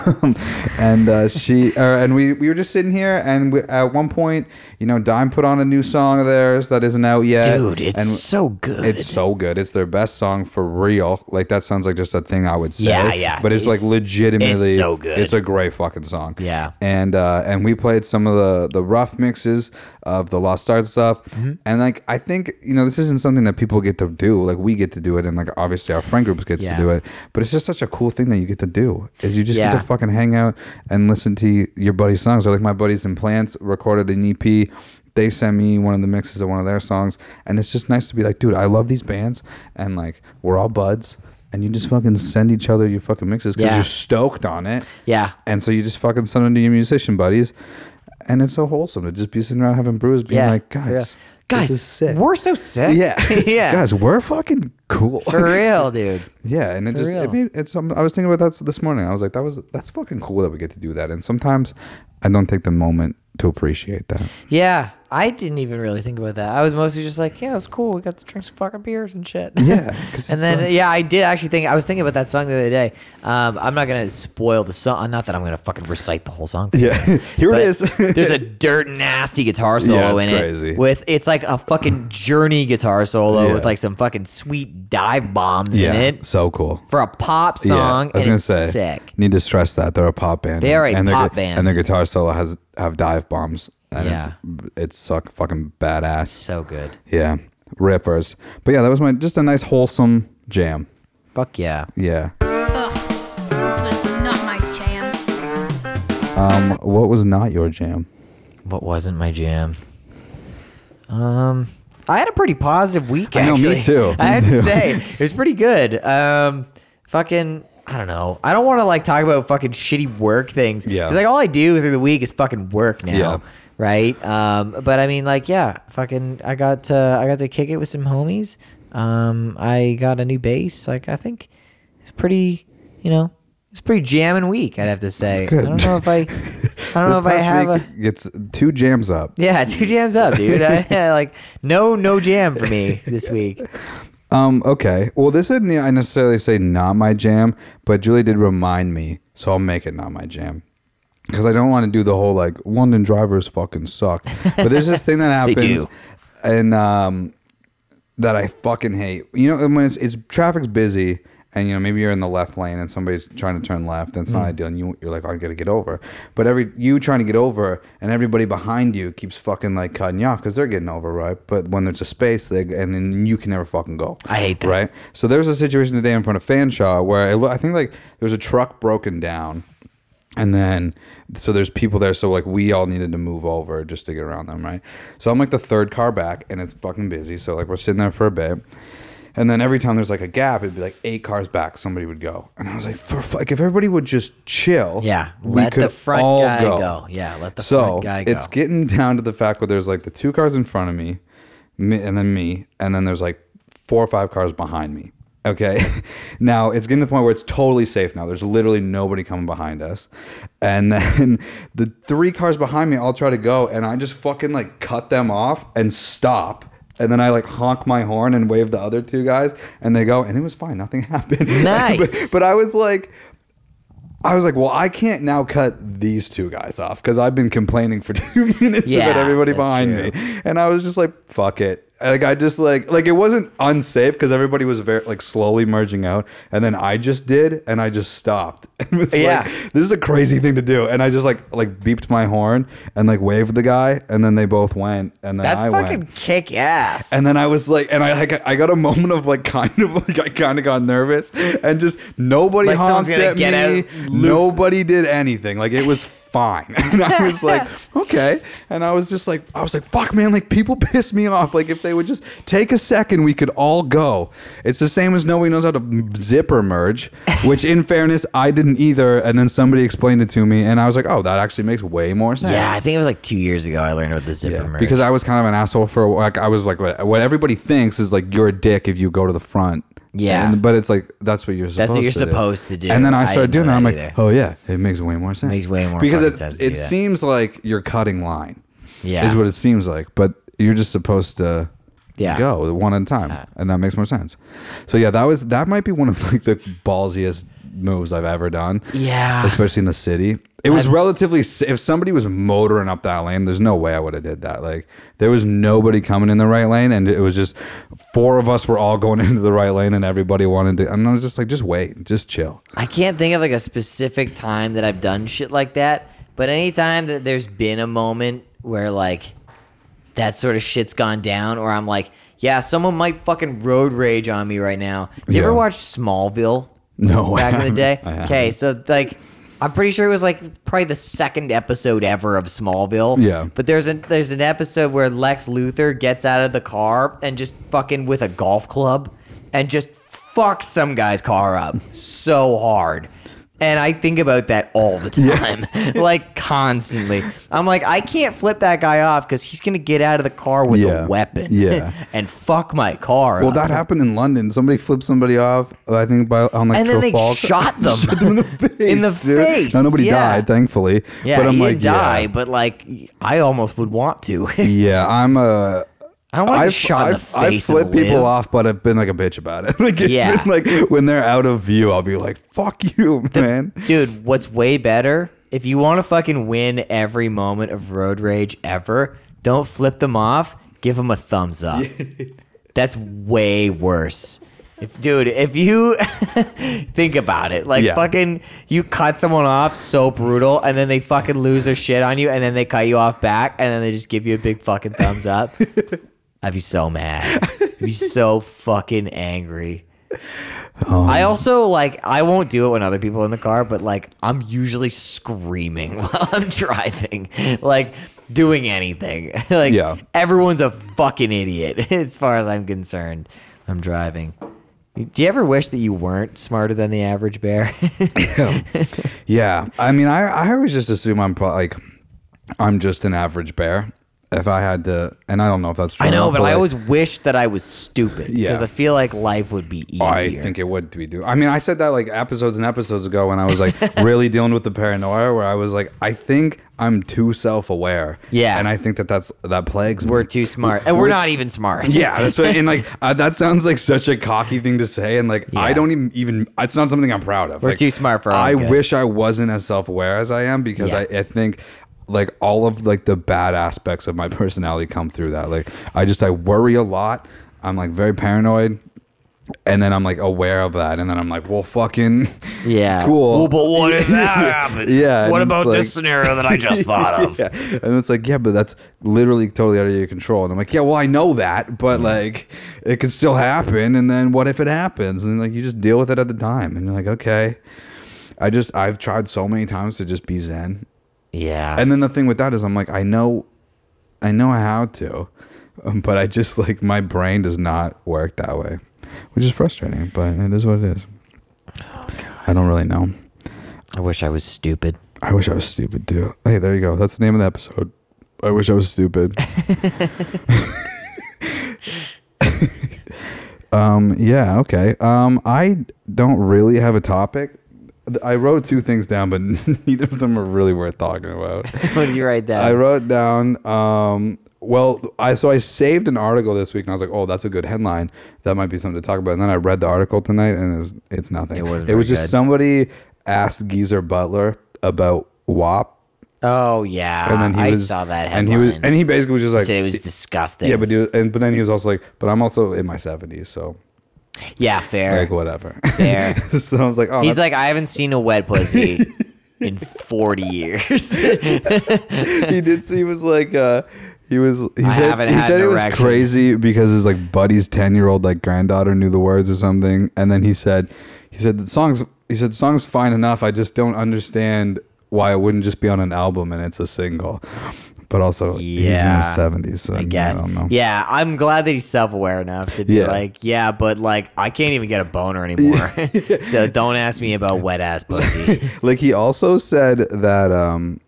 Speaker 1: and uh she or and we we were just sitting here and we, at one point, you know, Dime put on a new song of theirs that isn't out yet.
Speaker 2: Dude, it's
Speaker 1: Uh, and-
Speaker 2: so good.
Speaker 1: it's so good. It's their best song for real. Like that sounds like just a thing I would say.
Speaker 2: Yeah, yeah.
Speaker 1: But it's, like
Speaker 2: It's-
Speaker 1: legitimately
Speaker 2: it's so good.
Speaker 1: It's a great fucking song.
Speaker 2: Yeah.
Speaker 1: And uh and we played some of the the rough mixes of the Lost Art stuff.
Speaker 2: Mm-hmm.
Speaker 1: And like I think, you know, this isn't something that people get to do. Like we get to do it and like obviously our friend groups gets
Speaker 2: Yeah.
Speaker 1: to do it. But it's just such a cool thing that you get to do. Is you just
Speaker 2: Yeah.
Speaker 1: get to fucking hang out and listen to your buddy's songs. Or like my buddies in Plants recorded an EP they send me one of the mixes of one of their songs, and it's just nice to be like, dude, I love these bands, and like we're all buds, and you just fucking send each other your fucking mixes because
Speaker 2: Yeah.
Speaker 1: you're stoked on it,
Speaker 2: Yeah.
Speaker 1: and so you just fucking send them to your musician buddies, and it's so wholesome to just be sitting around having brews, being
Speaker 2: yeah.
Speaker 1: like, guys,
Speaker 2: Yeah.
Speaker 1: this
Speaker 2: guys,
Speaker 1: is sick.
Speaker 2: we're so sick.
Speaker 1: yeah,
Speaker 2: yeah.
Speaker 1: guys, we're fucking cool.
Speaker 2: For real, dude.
Speaker 1: Yeah, and it
Speaker 2: For
Speaker 1: just
Speaker 2: real.
Speaker 1: it made, it's. Um, I was thinking about that this morning. I was like, that was that's fucking cool that we get to do that. And sometimes I don't take the moment to appreciate that.
Speaker 2: Yeah. I didn't even really think about that. I was mostly just like, yeah, it's cool. We got to drink some fucking beers and shit.
Speaker 1: Yeah, 'cause it's
Speaker 2: and
Speaker 1: uh,
Speaker 2: then,
Speaker 1: like-
Speaker 2: yeah, I did actually think, I was thinking about that song the other day. Um, I'm not going to spoil the song. Not that I'm going to fucking recite the whole song. for you.
Speaker 1: here
Speaker 2: But
Speaker 1: it is.
Speaker 2: there's a dirt nasty guitar solo
Speaker 1: Yeah, it's
Speaker 2: in it.
Speaker 1: crazy.
Speaker 2: With it's like a fucking journey guitar solo
Speaker 1: Yeah.
Speaker 2: with like some fucking sweet dive bombs
Speaker 1: yeah,
Speaker 2: in it
Speaker 1: so cool.
Speaker 2: for a pop
Speaker 1: Yeah,
Speaker 2: song.
Speaker 1: I was
Speaker 2: and
Speaker 1: gonna
Speaker 2: it's
Speaker 1: say,
Speaker 2: sick.
Speaker 1: need to stress that they're a pop band.
Speaker 2: They are a
Speaker 1: and their
Speaker 2: pop
Speaker 1: gu-
Speaker 2: band.
Speaker 1: and their guitar solo has have dive bombs, and
Speaker 2: Yeah.
Speaker 1: it's it's suck fucking badass.
Speaker 2: So good.
Speaker 1: Yeah, rippers. But yeah, that was my just a nice wholesome jam.
Speaker 2: Fuck yeah.
Speaker 1: Yeah.
Speaker 3: Ugh, this was not my jam.
Speaker 1: Um, what was not your jam?
Speaker 2: What wasn't my jam? Um, I had a pretty positive week.
Speaker 1: I know, me
Speaker 2: Actually,
Speaker 1: too.
Speaker 2: I
Speaker 1: Me
Speaker 2: have
Speaker 1: too.
Speaker 2: to say it was pretty good. Um, fucking. I don't know. I don't want to like talk about fucking shitty work things.
Speaker 1: Yeah.
Speaker 2: 'Cause, like all I do through the week is fucking work now.
Speaker 1: Yeah.
Speaker 2: Right. Um, but I mean, like, yeah, fucking. I got uh, I got to kick it with some homies. Um, I got a new bass. Like, I think it's pretty. You know, it's pretty jamming week. I'd have to say.
Speaker 1: good.
Speaker 2: I don't know if I. I don't know
Speaker 1: This
Speaker 2: if I
Speaker 1: past
Speaker 2: have
Speaker 1: week
Speaker 2: a.
Speaker 1: gets two jams up.
Speaker 2: Yeah, two jams up, dude. I, like no, no jam for me this week.
Speaker 1: Um. Okay. Well, this isn't I necessarily say not my jam, but Julie did remind me, so I'll make it not my jam. Because I don't want to do the whole like London drivers fucking suck. But there's this thing that
Speaker 2: They
Speaker 1: happens,
Speaker 2: do.
Speaker 1: and um, that I fucking hate. You know, and when it's, it's traffic's busy, and you know maybe you're in the left lane and somebody's trying to turn left. That's
Speaker 2: Mm.
Speaker 1: not ideal, and you you're like, "Oh, I gotta get over. But every you trying to get over, and everybody behind you keeps fucking like cutting you off because they're getting over, right? But when there's a space, they and then you can never fucking go.
Speaker 2: I hate that.
Speaker 1: Right. So there's a situation today in front of Fanshawe where I, lo- I think like there's a truck broken down. And then, so there's people there. So, like, we all needed to move over just to get around them, right? So, I'm like the third car back, and it's fucking busy. So, like, we're sitting there for a bit. And then every time there's like a gap, it'd be like eight cars back, somebody would go. And I was like, for fu- like, if everybody would just chill,
Speaker 2: Yeah,
Speaker 1: we
Speaker 2: let
Speaker 1: could
Speaker 2: the front
Speaker 1: all
Speaker 2: guy
Speaker 1: go.
Speaker 2: go. Yeah, let the
Speaker 1: so,
Speaker 2: front guy go.
Speaker 1: it's getting down to the fact where there's like the two cars in front of me, me, and then me, and then there's like four or five cars behind me. Okay. Now it's getting to the point where it's totally safe now. There's literally nobody coming behind us. And then the three cars behind me all try to go, and I just fucking like cut them off and stop. And then I like honk my horn and wave the other two guys, and they go, and it was fine. Nothing happened.
Speaker 2: Nice.
Speaker 1: but, but I was like, I was like, well, I can't now cut these two guys off because I've been complaining for two minutes
Speaker 2: Yeah,
Speaker 1: about everybody
Speaker 2: that's
Speaker 1: behind
Speaker 2: true.
Speaker 1: me, and I was just like, fuck it. Like I just like like it wasn't unsafe because everybody was very like slowly merging out, and then I just did, and I just stopped. And was
Speaker 2: Yeah.
Speaker 1: like, this is a crazy thing to do, and I just like like beeped my horn and like waved the guy, and then they both went, and then
Speaker 2: That's
Speaker 1: I
Speaker 2: fucking
Speaker 1: went.
Speaker 2: kick ass.
Speaker 1: And then I was like, and I like, I got a moment of like, kind of like, I kind of got nervous, and just nobody
Speaker 2: Like someone's
Speaker 1: honked
Speaker 2: gonna
Speaker 1: at
Speaker 2: get
Speaker 1: me.
Speaker 2: out loose.
Speaker 1: Nobody did anything. Like it was fine, and I was like, okay. And I was just like, I was like, fuck, man. Like people piss me off. Like if they would just take a second, we could all go. It's the same as nobody knows how to zipper merge, which in fairness, I didn't either. And then somebody explained it to me, and I was like, oh, that actually makes way more sense.
Speaker 2: yeah, I think it was like two years ago I learned about the zipper
Speaker 1: Yeah,
Speaker 2: merge.
Speaker 1: because I was kind of an asshole for a wh- like I was like what, what everybody thinks is like you're a dick if you go to the front.
Speaker 2: Yeah.
Speaker 1: And- but it's like that's what you're supposed.
Speaker 2: That's what you're
Speaker 1: to
Speaker 2: supposed
Speaker 1: do.
Speaker 2: to do.
Speaker 1: And then I
Speaker 2: I
Speaker 1: started doing
Speaker 2: didn't know
Speaker 1: that. I'm
Speaker 2: that
Speaker 1: like,
Speaker 2: either.
Speaker 1: oh yeah, it makes way more sense.
Speaker 2: Makes way more
Speaker 1: because
Speaker 2: fucking
Speaker 1: it
Speaker 2: sense to
Speaker 1: it
Speaker 2: do that.
Speaker 1: seems like you're cutting line.
Speaker 2: Yeah.
Speaker 1: is what it seems like, but you're just supposed to.
Speaker 2: Yeah. Uh.
Speaker 1: go one at a time, and that makes more sense. So yeah, that was that might be one of like the ballsiest moves I've ever done
Speaker 2: Yeah.
Speaker 1: especially in the city. It was relatively. s- If somebody was motoring up that lane, there's no way I would have did that. Like there was nobody coming in the right lane, and it was just four of us were all going into the right lane, and everybody wanted to. And I was just like, just wait, just chill.
Speaker 2: I can't think of like a specific time that I've done shit like that, but anytime that there's been a moment where like that sort of shit's gone down, or I'm like, yeah, someone might fucking road rage on me right now. You
Speaker 1: Yeah.
Speaker 2: ever watch Smallville?
Speaker 1: No, I
Speaker 2: back in the
Speaker 1: haven't.
Speaker 2: day.
Speaker 1: I haven't.
Speaker 2: Okay, so like I'm pretty sure it was like probably the second episode ever of Smallville.
Speaker 1: Yeah.
Speaker 2: But there's an there's an episode where Lex Luthor gets out of the car and just fucking with a golf club and just fucks some guy's car up so hard. And I think about that all the time. like constantly. I'm like, I can't flip that guy off because he's gonna get out of the car with
Speaker 1: Yeah.
Speaker 2: a weapon.
Speaker 1: Yeah.
Speaker 2: and fuck my car.
Speaker 1: Well,
Speaker 2: up.
Speaker 1: that happened in London. Somebody flipped somebody off. I think by on like
Speaker 2: And then they
Speaker 1: Trafalgar.
Speaker 2: shot them.
Speaker 1: Shot them in the face.
Speaker 2: In the
Speaker 1: dude.
Speaker 2: face,
Speaker 1: Now nobody
Speaker 2: yeah.
Speaker 1: died, thankfully.
Speaker 2: Yeah,
Speaker 1: but I'm
Speaker 2: he
Speaker 1: like,
Speaker 2: didn't die,
Speaker 1: yeah.
Speaker 2: but like I almost would want to.
Speaker 1: Yeah, I'm a.
Speaker 2: I don't want to
Speaker 1: I've-
Speaker 2: get shot in the
Speaker 1: I've- I've
Speaker 2: face.
Speaker 1: flipped
Speaker 2: and live.
Speaker 1: people off, but I've been like a bitch about it. like it's
Speaker 2: Yeah.
Speaker 1: been like when they're out of view, I'll be like, "Fuck you, man."
Speaker 2: Dude, what's way better? If you want to fucking win every moment of road rage ever, don't flip them off. Give them a thumbs up. That's way worse. If, dude, if you think about it, like
Speaker 1: Yeah.
Speaker 2: fucking, you cut someone off so brutal, and then they fucking lose their shit on you, and then they cut you off back, and then they just give you a big fucking thumbs up. I'd be so mad. I'd be so fucking angry. I also like I won't do it when other people are in the car, but like I'm usually screaming while I'm driving, like doing anything. like
Speaker 1: Yeah.
Speaker 2: everyone's a fucking idiot as far as I'm concerned. I'm driving. Do you ever wish that you weren't smarter than the average bear?
Speaker 1: Yeah, I mean, I I always just assume I'm pro- like, I'm just an average bear. If I had to, and I don't know if that's true.
Speaker 2: I
Speaker 1: or
Speaker 2: know,
Speaker 1: not,
Speaker 2: but I
Speaker 1: like,
Speaker 2: always wish that I was stupid because
Speaker 1: Yeah.
Speaker 2: I feel like life would be easier.
Speaker 1: I think it would be do. I mean, I said that like episodes and episodes ago when I was like really dealing with the paranoia, where I was like, I think I'm too self-aware.
Speaker 2: Yeah.
Speaker 1: and I think that that's that plagues. me.
Speaker 2: we're too smart, and we're,
Speaker 1: We're-
Speaker 2: not even smart.
Speaker 1: Yeah, that's right. And like uh, that sounds like such a cocky thing to say, and like I
Speaker 2: Yeah.
Speaker 1: don't even even it's not something I'm proud of. We're
Speaker 2: too smart for our
Speaker 1: I
Speaker 2: own good.
Speaker 1: wish I wasn't as self aware as I am because
Speaker 2: Yeah.
Speaker 1: I, I think like all of like the bad aspects of my personality come through that. Like I just I worry a lot. I'm like very paranoid. And then I'm like aware of that, and then I'm like, well, fucking,
Speaker 2: Yeah.
Speaker 1: cool.
Speaker 4: Well, Oh, but what if that happens?
Speaker 1: Yeah,
Speaker 4: What
Speaker 1: and it's
Speaker 4: about
Speaker 1: like-
Speaker 4: this scenario that I just thought of?
Speaker 1: yeah. And it's like, yeah, but that's literally totally out of your control. And I'm like, yeah, well, I know that, but like, it could still happen. And then what if it happens? And like, you just deal with it at the time. And you're like, okay. I just, I've tried so many times to just be Zen.
Speaker 2: yeah.
Speaker 1: And then the thing with that is, I'm like, I know, I know how to, um, but I just like, my brain does not work that way, which is frustrating, but it is what it is. I don't really know.
Speaker 2: I wish I was stupid.
Speaker 1: I wish I was stupid too. Hey, there you go. That's the name of the episode. I wish I was stupid. um, yeah, okay. Um, I don't really have a topic. I wrote two things down, but neither of them are really worth talking about.
Speaker 2: what did you write down?
Speaker 1: I wrote down. Um, well, I so I saved an article this week, and I was like, "Oh, that's a good headline. That might be something to talk about." And then I read the article tonight, and it's it's nothing.
Speaker 2: It wasn't
Speaker 1: It was
Speaker 2: very
Speaker 1: just
Speaker 2: good.
Speaker 1: somebody asked Geezer Butler about WAP,
Speaker 2: Oh yeah,
Speaker 1: and then he
Speaker 2: I
Speaker 1: was,
Speaker 2: saw that
Speaker 1: and
Speaker 2: headline.
Speaker 1: he was, and he basically was just like,
Speaker 2: said it was disgusting.
Speaker 1: "Yeah, but he was, and but then he was also like, but I'm also in my 70s, so
Speaker 2: yeah, fair.
Speaker 1: like whatever."
Speaker 2: Fair.
Speaker 1: so I was like, "Oh,
Speaker 2: He's
Speaker 1: that's-
Speaker 2: like, I haven't seen a wet pussy in forty years.
Speaker 1: he did. He was like, uh, he was. He
Speaker 2: I
Speaker 1: said,
Speaker 2: haven't
Speaker 1: he
Speaker 2: had
Speaker 1: said
Speaker 2: an
Speaker 1: it was
Speaker 2: erection.
Speaker 1: crazy because his like buddy's ten year old like granddaughter knew the words or something, and then he said, he said the songs. He said the songs fine enough. I just don't understand why it wouldn't just be on an album and it's a single. But also, he's in his
Speaker 2: Yeah,
Speaker 1: seventies, so I,
Speaker 2: I
Speaker 1: mean,
Speaker 2: guess.
Speaker 1: I don't know.
Speaker 2: Yeah, I'm glad that he's self-aware enough to be
Speaker 1: Yeah.
Speaker 2: like, yeah, but like, I can't even get a boner anymore. so don't ask me about wet ass pussy.
Speaker 1: like he also said that um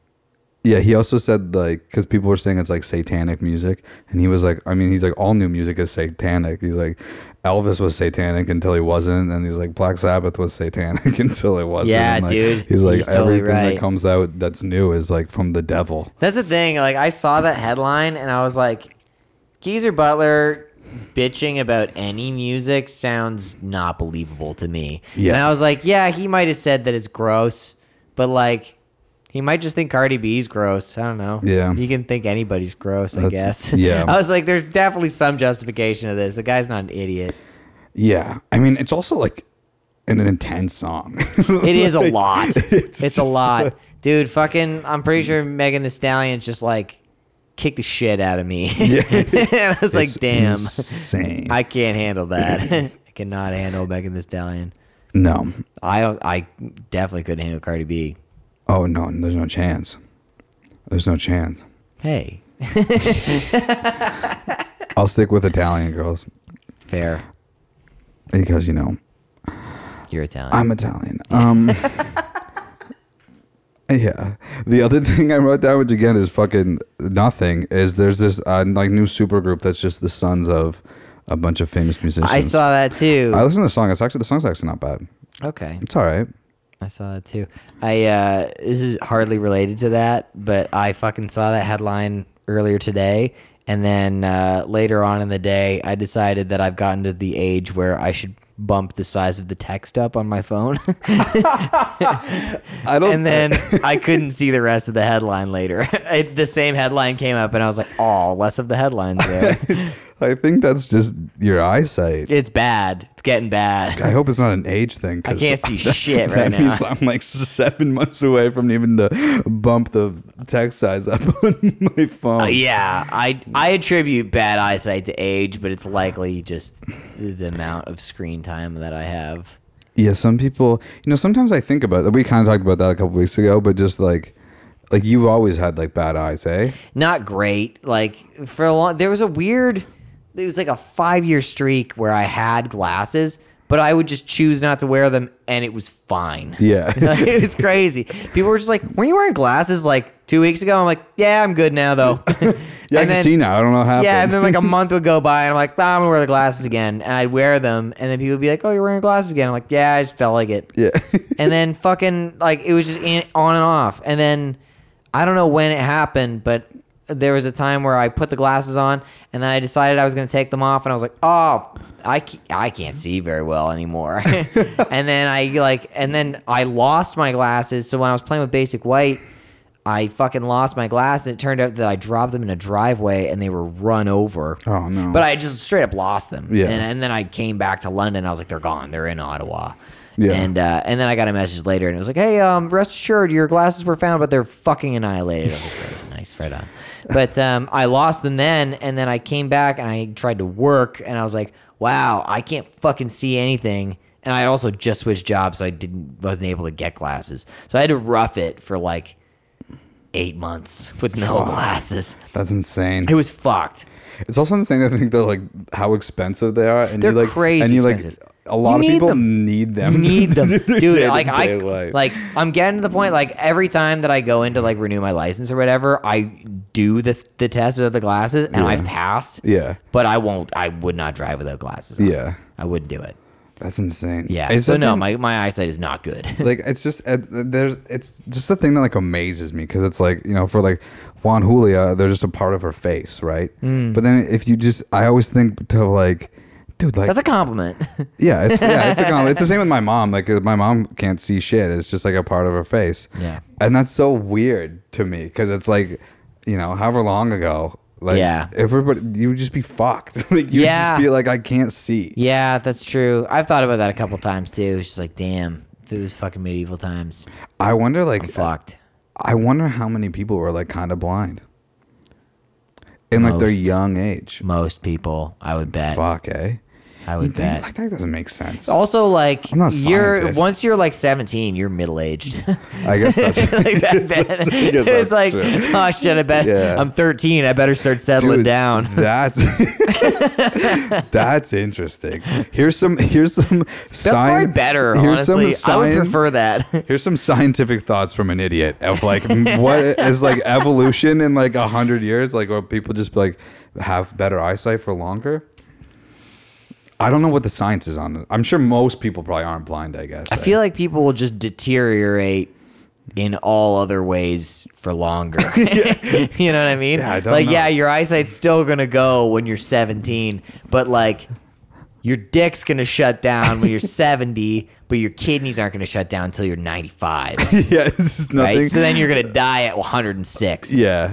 Speaker 1: yeah he also said like because people were saying it's like satanic music and he was like i mean he's like all new music is satanic he's like elvis was satanic until he wasn't and he's like black sabbath was satanic until it wasn't
Speaker 2: Yeah,
Speaker 1: And, like,
Speaker 2: dude.
Speaker 1: he's like
Speaker 2: He's totally
Speaker 1: everything that
Speaker 2: right.
Speaker 1: comes out that's new is like from the devil
Speaker 2: That's the thing. Like, I saw that headline and I was like, Geezer Butler bitching about any music sounds not believable to me.
Speaker 1: Yeah.
Speaker 2: And I was like, yeah, he might have said that it's gross, but like, he might just think Cardi B's gross. I don't know.
Speaker 1: Yeah.
Speaker 2: You can think anybody's gross, I
Speaker 1: That's-
Speaker 2: guess.
Speaker 1: yeah.
Speaker 2: I was like, there's definitely some justification of this. The guy's not an idiot.
Speaker 1: yeah i mean it's also like an, an intense song
Speaker 2: It is a lot. It's, a
Speaker 1: just
Speaker 2: lot.
Speaker 1: like-
Speaker 2: Dude, fucking, I'm pretty sure Megan the Stallion's just like, kick the shit out of me. and I was like,
Speaker 1: It's
Speaker 2: damn.
Speaker 1: insane
Speaker 2: I can't handle that. I cannot handle Megan the Stallion.
Speaker 1: no
Speaker 2: I don't. I definitely couldn't handle Cardi B.
Speaker 1: Oh no, there's no chance. There's no chance.
Speaker 2: Hey,
Speaker 1: I'll stick with Italian girls
Speaker 2: fair.
Speaker 1: because you know
Speaker 2: You're Italian.
Speaker 1: I'm Italian. Um, yeah. The other thing I wrote down, which again is fucking nothing, is there's this uh, like new super group that's just the sons of a bunch of famous musicians.
Speaker 2: I saw that too.
Speaker 1: I listened to the song. It's actually the song's actually not bad.
Speaker 2: okay.
Speaker 1: It's all right.
Speaker 2: I saw that too. I uh, this is hardly related to that, but I fucking saw that headline earlier today, and then uh, later on in the day, I decided that I've gotten to the age where I should bump the size of the text up on my phone,
Speaker 1: I don't.
Speaker 2: and then I couldn't see the rest of the headline later. It- the same headline came up, and I was like, "Oh, less of the headlines there.
Speaker 1: I think that's just your eyesight.
Speaker 2: it's bad. It's getting bad."
Speaker 1: I hope it's not an age thing.
Speaker 2: I
Speaker 1: 'cause
Speaker 2: can't see
Speaker 1: that-
Speaker 2: shit
Speaker 1: that
Speaker 2: right now.
Speaker 1: means I'm like seven months away from even to bump the text size up on my phone.
Speaker 2: Uh, yeah, I I attribute bad eyesight to age, but it's likely just the amount of screen time that I have.
Speaker 1: Yeah, some people, you know, sometimes I think about that. We kind of talked about that a couple weeks ago, but just like, like you've always had like bad eyes, eh?
Speaker 2: Not great. Like for a long, there was a weird. It was like a five year streak where I had glasses, but I would just choose not to wear them, and it was fine.
Speaker 1: Yeah.
Speaker 2: Like, it was crazy. People were just like, "Were you wearing glasses like two weeks ago?" I'm like, "Yeah, I'm good now though."
Speaker 1: yeah, I
Speaker 2: And
Speaker 1: can
Speaker 2: then-
Speaker 1: see now. I don't know what happened.
Speaker 2: Yeah, and then like a month would go by, and I'm like, ah, I'm gonna wear the glasses again, and I'd wear them, and then people would be like, Oh, you're wearing glasses again. I'm like, Yeah, I just felt like it.
Speaker 1: yeah.
Speaker 2: And then fucking like it was just in, on and off, and then I don't know when it happened, but there was a time where I put the glasses on, and then I decided I was gonna take them off, and I was like, Oh, I ca- I can't see very well anymore. and then I like, and then I lost my glasses. So when I was playing with Basic White. I fucking lost my glasses. It turned out that I dropped them in a driveway and they were run over.
Speaker 1: Oh, no.
Speaker 2: But I just straight up lost them.
Speaker 1: Yeah.
Speaker 2: And, and then I came back to London. I was like, they're gone. They're in Ottawa.
Speaker 1: Yeah.
Speaker 2: And uh, and then I got a message later, and it was like, hey, um, rest assured, your glasses were found, but they're fucking annihilated. I was like, "Great, nice, right on. But um, I lost them then, and then I came back and I tried to work, and I was like, wow, I can't fucking see anything. And I also just switched jobs, so I didn't wasn't able to get glasses. So I had to rough it for like eight months with no glasses.
Speaker 1: That's insane.
Speaker 2: It was fucked.
Speaker 1: It's also insane to think that like how expensive they are, and
Speaker 2: They're
Speaker 1: you like,
Speaker 2: crazy
Speaker 1: and you like,
Speaker 2: expensive.
Speaker 1: a lot
Speaker 2: You
Speaker 1: of
Speaker 2: need
Speaker 1: people
Speaker 2: them.
Speaker 1: need them,
Speaker 2: need them,
Speaker 1: in their
Speaker 2: dude. Like I,
Speaker 1: day-to-day life.
Speaker 2: like I'm getting to the point. Like every time that I go in to like renew my license or whatever, I do the the test of the glasses, and I've passed.
Speaker 1: yeah,
Speaker 2: But I won't. I would not drive without glasses. on.
Speaker 1: yeah,
Speaker 2: I wouldn't do it.
Speaker 1: that's insane.
Speaker 2: Yeah.
Speaker 1: It's
Speaker 2: so
Speaker 1: just
Speaker 2: no,
Speaker 1: been-
Speaker 2: my my eyesight is not good.
Speaker 1: like it's just uh, there's it's just the thing that like amazes me because it's like you know for like Juan Julia they're just a part of her face right
Speaker 2: Mm.
Speaker 1: but then if you just I always think to like dude like
Speaker 2: That's a compliment.
Speaker 1: yeah it's yeah it's a compliment. it's the same with my mom like uh, my mom can't see shit it's just like a part of her face
Speaker 2: Yeah.
Speaker 1: and that's so weird to me because it's like you know however long ago like
Speaker 2: Yeah.
Speaker 1: everybody you would just be fucked like you
Speaker 2: Yeah.
Speaker 1: would just be like I can't see
Speaker 2: yeah, that's true. I've thought about that a couple times too. It's just like, damn, if it was fucking medieval times,
Speaker 1: I wonder like
Speaker 2: fucked.
Speaker 1: I wonder how many people were like kind of blind in like their
Speaker 2: Most.
Speaker 1: young age.
Speaker 2: Most people, I would bet.
Speaker 1: Fuck, eh?
Speaker 2: I
Speaker 1: You
Speaker 2: would
Speaker 1: think,
Speaker 2: bet. Oh.
Speaker 1: like, that doesn't make sense.
Speaker 2: Also, like
Speaker 1: I'm not a
Speaker 2: you're
Speaker 1: scientist.
Speaker 2: once you're like 17, you're middle aged.
Speaker 1: I guess that's
Speaker 2: like that bad.
Speaker 1: I guess
Speaker 2: It's
Speaker 1: that's
Speaker 2: like,
Speaker 1: true.
Speaker 2: oh shit, I bet
Speaker 1: Yeah.
Speaker 2: I'm 13. I better start settling
Speaker 1: Dude,
Speaker 2: down.
Speaker 1: That's that's interesting. Here's some here's some That's
Speaker 2: That's probably better. honestly, I would prefer that.
Speaker 1: Here's some scientific thoughts from an idiot of like m- what is like evolution in like a hundred years, like where people just like have better eyesight for longer. I don't know what the science is on it. I'm sure most people probably aren't blind. I guess.
Speaker 2: I feel like people will just deteriorate in all other ways for longer. you know what I mean?
Speaker 1: Yeah, I don't
Speaker 2: like,
Speaker 1: know.
Speaker 2: yeah, your eyesight's still gonna go when you're 17, but like. Your dick's gonna shut down when you're 70, but your kidneys aren't gonna shut down until you're 95.
Speaker 1: yeah, it's just nothing.
Speaker 2: right? So then you're gonna die at 106.
Speaker 1: yeah,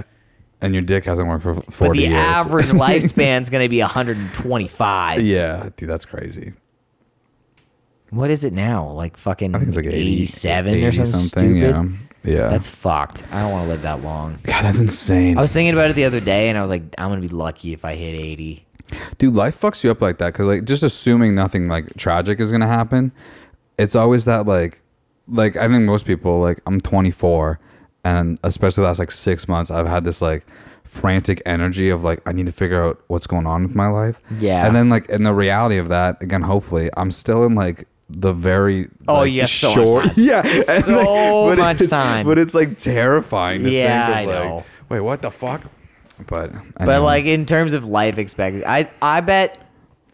Speaker 1: and your dick hasn't worked for f-
Speaker 2: But
Speaker 1: forty
Speaker 2: the
Speaker 1: years.
Speaker 2: average lifespan's gonna be 125.
Speaker 1: yeah, dude, that's crazy.
Speaker 2: What is it now? Like fucking
Speaker 1: I think it's like 80,
Speaker 2: 87 or
Speaker 1: 80
Speaker 2: something, stupid.
Speaker 1: Yeah, yeah.
Speaker 2: That's fucked. I don't want to live that long.
Speaker 1: God, that's insane.
Speaker 2: I was thinking about it the other day, and I was like, I'm gonna be lucky if I hit 80.
Speaker 1: dude life fucks you up like that because like just assuming nothing like tragic is gonna happen it's always that like like I think most people like I'm 24 and especially the last like 6 months I've had this like frantic energy of like I need to figure out what's going on with my life.
Speaker 2: Yeah.
Speaker 1: And then like in the reality of that again hopefully I'm still in like the very
Speaker 2: Oh,
Speaker 1: like,
Speaker 2: you have so much time.
Speaker 1: yeah and, like,
Speaker 2: So
Speaker 1: but
Speaker 2: much
Speaker 1: it's-
Speaker 2: time.
Speaker 1: but it's like terrifying to
Speaker 2: Yeah,
Speaker 1: think of
Speaker 2: I
Speaker 1: like
Speaker 2: know.
Speaker 1: wait what the fuck but
Speaker 2: But
Speaker 1: anyway.
Speaker 2: like in terms of life expectancy, I I bet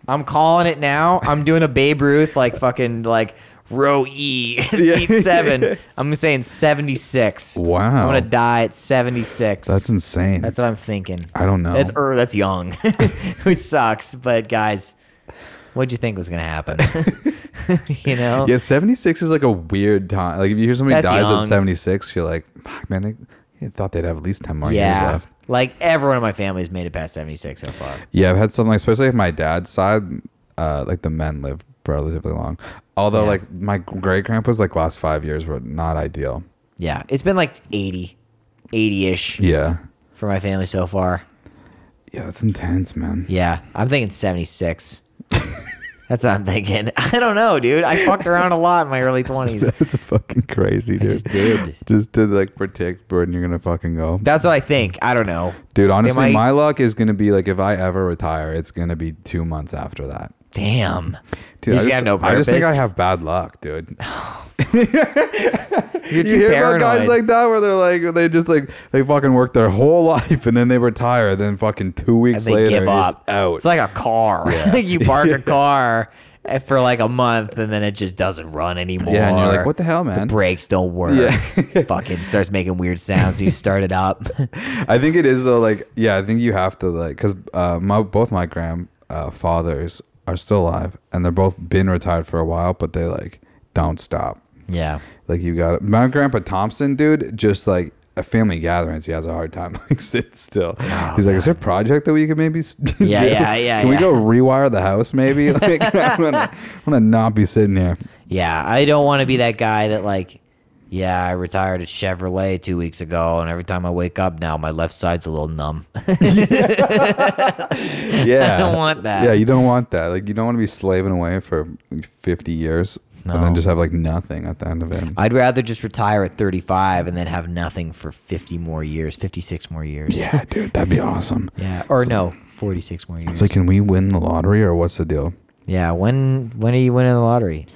Speaker 2: I'm calling it now. I'm doing a Babe Ruth like fucking like row E seat
Speaker 1: Yeah.
Speaker 2: seven. I'm saying 76.
Speaker 1: Wow.
Speaker 2: I'm gonna die at 76.
Speaker 1: that's insane
Speaker 2: That's what I'm thinking.
Speaker 1: I don't know.
Speaker 2: That's er, that's young, which sucks. But guys, what'd you think was gonna happen? you know.
Speaker 1: Yeah, 76 is like a weird time. Like if you hear somebody
Speaker 2: That's
Speaker 1: dies
Speaker 2: young.
Speaker 1: at 76, you're like, fuck, man, they, they thought they'd have at least 10 more years
Speaker 2: Yeah.
Speaker 1: left.
Speaker 2: Like everyone in my family's made it past 76 so far.
Speaker 1: Yeah, I've had some, like, especially like my dad's side, uh, like the men live relatively long. Although,
Speaker 2: Yeah.
Speaker 1: like, my great grandpa's like last five years were not ideal.
Speaker 2: Yeah. It's been like 80, 80 ish
Speaker 1: Yeah.
Speaker 2: for my family so far.
Speaker 1: Yeah, that's intense, man.
Speaker 2: Yeah, I'm thinking 76. That's what I'm thinking. I don't know, dude. I fucked around a lot in my early 20s.
Speaker 1: That's fucking crazy, dude.
Speaker 2: just did.
Speaker 1: Just to like predict where you're gonna fucking go,
Speaker 2: That's what I think. I don't know.
Speaker 1: dude. Honestly,
Speaker 2: might-
Speaker 1: my luck is gonna be like if I ever retire, it's gonna be two months after that.
Speaker 2: Damn.
Speaker 1: Dude,
Speaker 2: you
Speaker 1: I
Speaker 2: just
Speaker 1: just,
Speaker 2: have no purpose.
Speaker 1: I just think I have bad luck, dude.
Speaker 2: You're too
Speaker 1: you hear
Speaker 2: paranoid.
Speaker 1: about guys like that where they're like they just like they fucking work their whole life and then they retire then fucking two
Speaker 2: and
Speaker 1: weeks
Speaker 2: they
Speaker 1: later
Speaker 2: give up.
Speaker 1: it's out
Speaker 2: It's like a car. you park a car for like a month and then it just doesn't run anymore.
Speaker 1: yeah and you're like what the hell man
Speaker 2: Brakes don't work.
Speaker 1: Yeah.
Speaker 2: Fucking starts making weird sounds when you start it up.
Speaker 1: i think it is though like yeah i think you have to like because uh my both my grandfathers uh, fathers are still alive and they're both been retired for a while but they like don't stop
Speaker 2: yeah.
Speaker 1: like you got my grandpa thompson dude just like at family gatherings he has a hard time like sit still he's like is there a project that we could maybe s- do?
Speaker 2: Yeah, yeah, yeah,
Speaker 1: can we
Speaker 2: yeah.
Speaker 1: go rewire the house maybe like i'm gonna, I'm gonna not be sitting here
Speaker 2: Yeah, I don't want to be that guy that like, yeah, I retired at Chevrolet two weeks ago, and every time I wake up now, my left side's a little numb.
Speaker 1: yeah
Speaker 2: I don't want that.
Speaker 1: yeah you don't want that like you don't want to be slaving away for 50 years and
Speaker 2: No.
Speaker 1: then just have like nothing at the end of it
Speaker 2: I'd rather just retire at 35 and then have nothing for 50 more years, 56 more years.
Speaker 1: yeah dude that'd be awesome
Speaker 2: Yeah, or no, 46 more years.
Speaker 1: it's like can we win the lottery or what's the deal
Speaker 2: yeah, when when are you winning the lottery?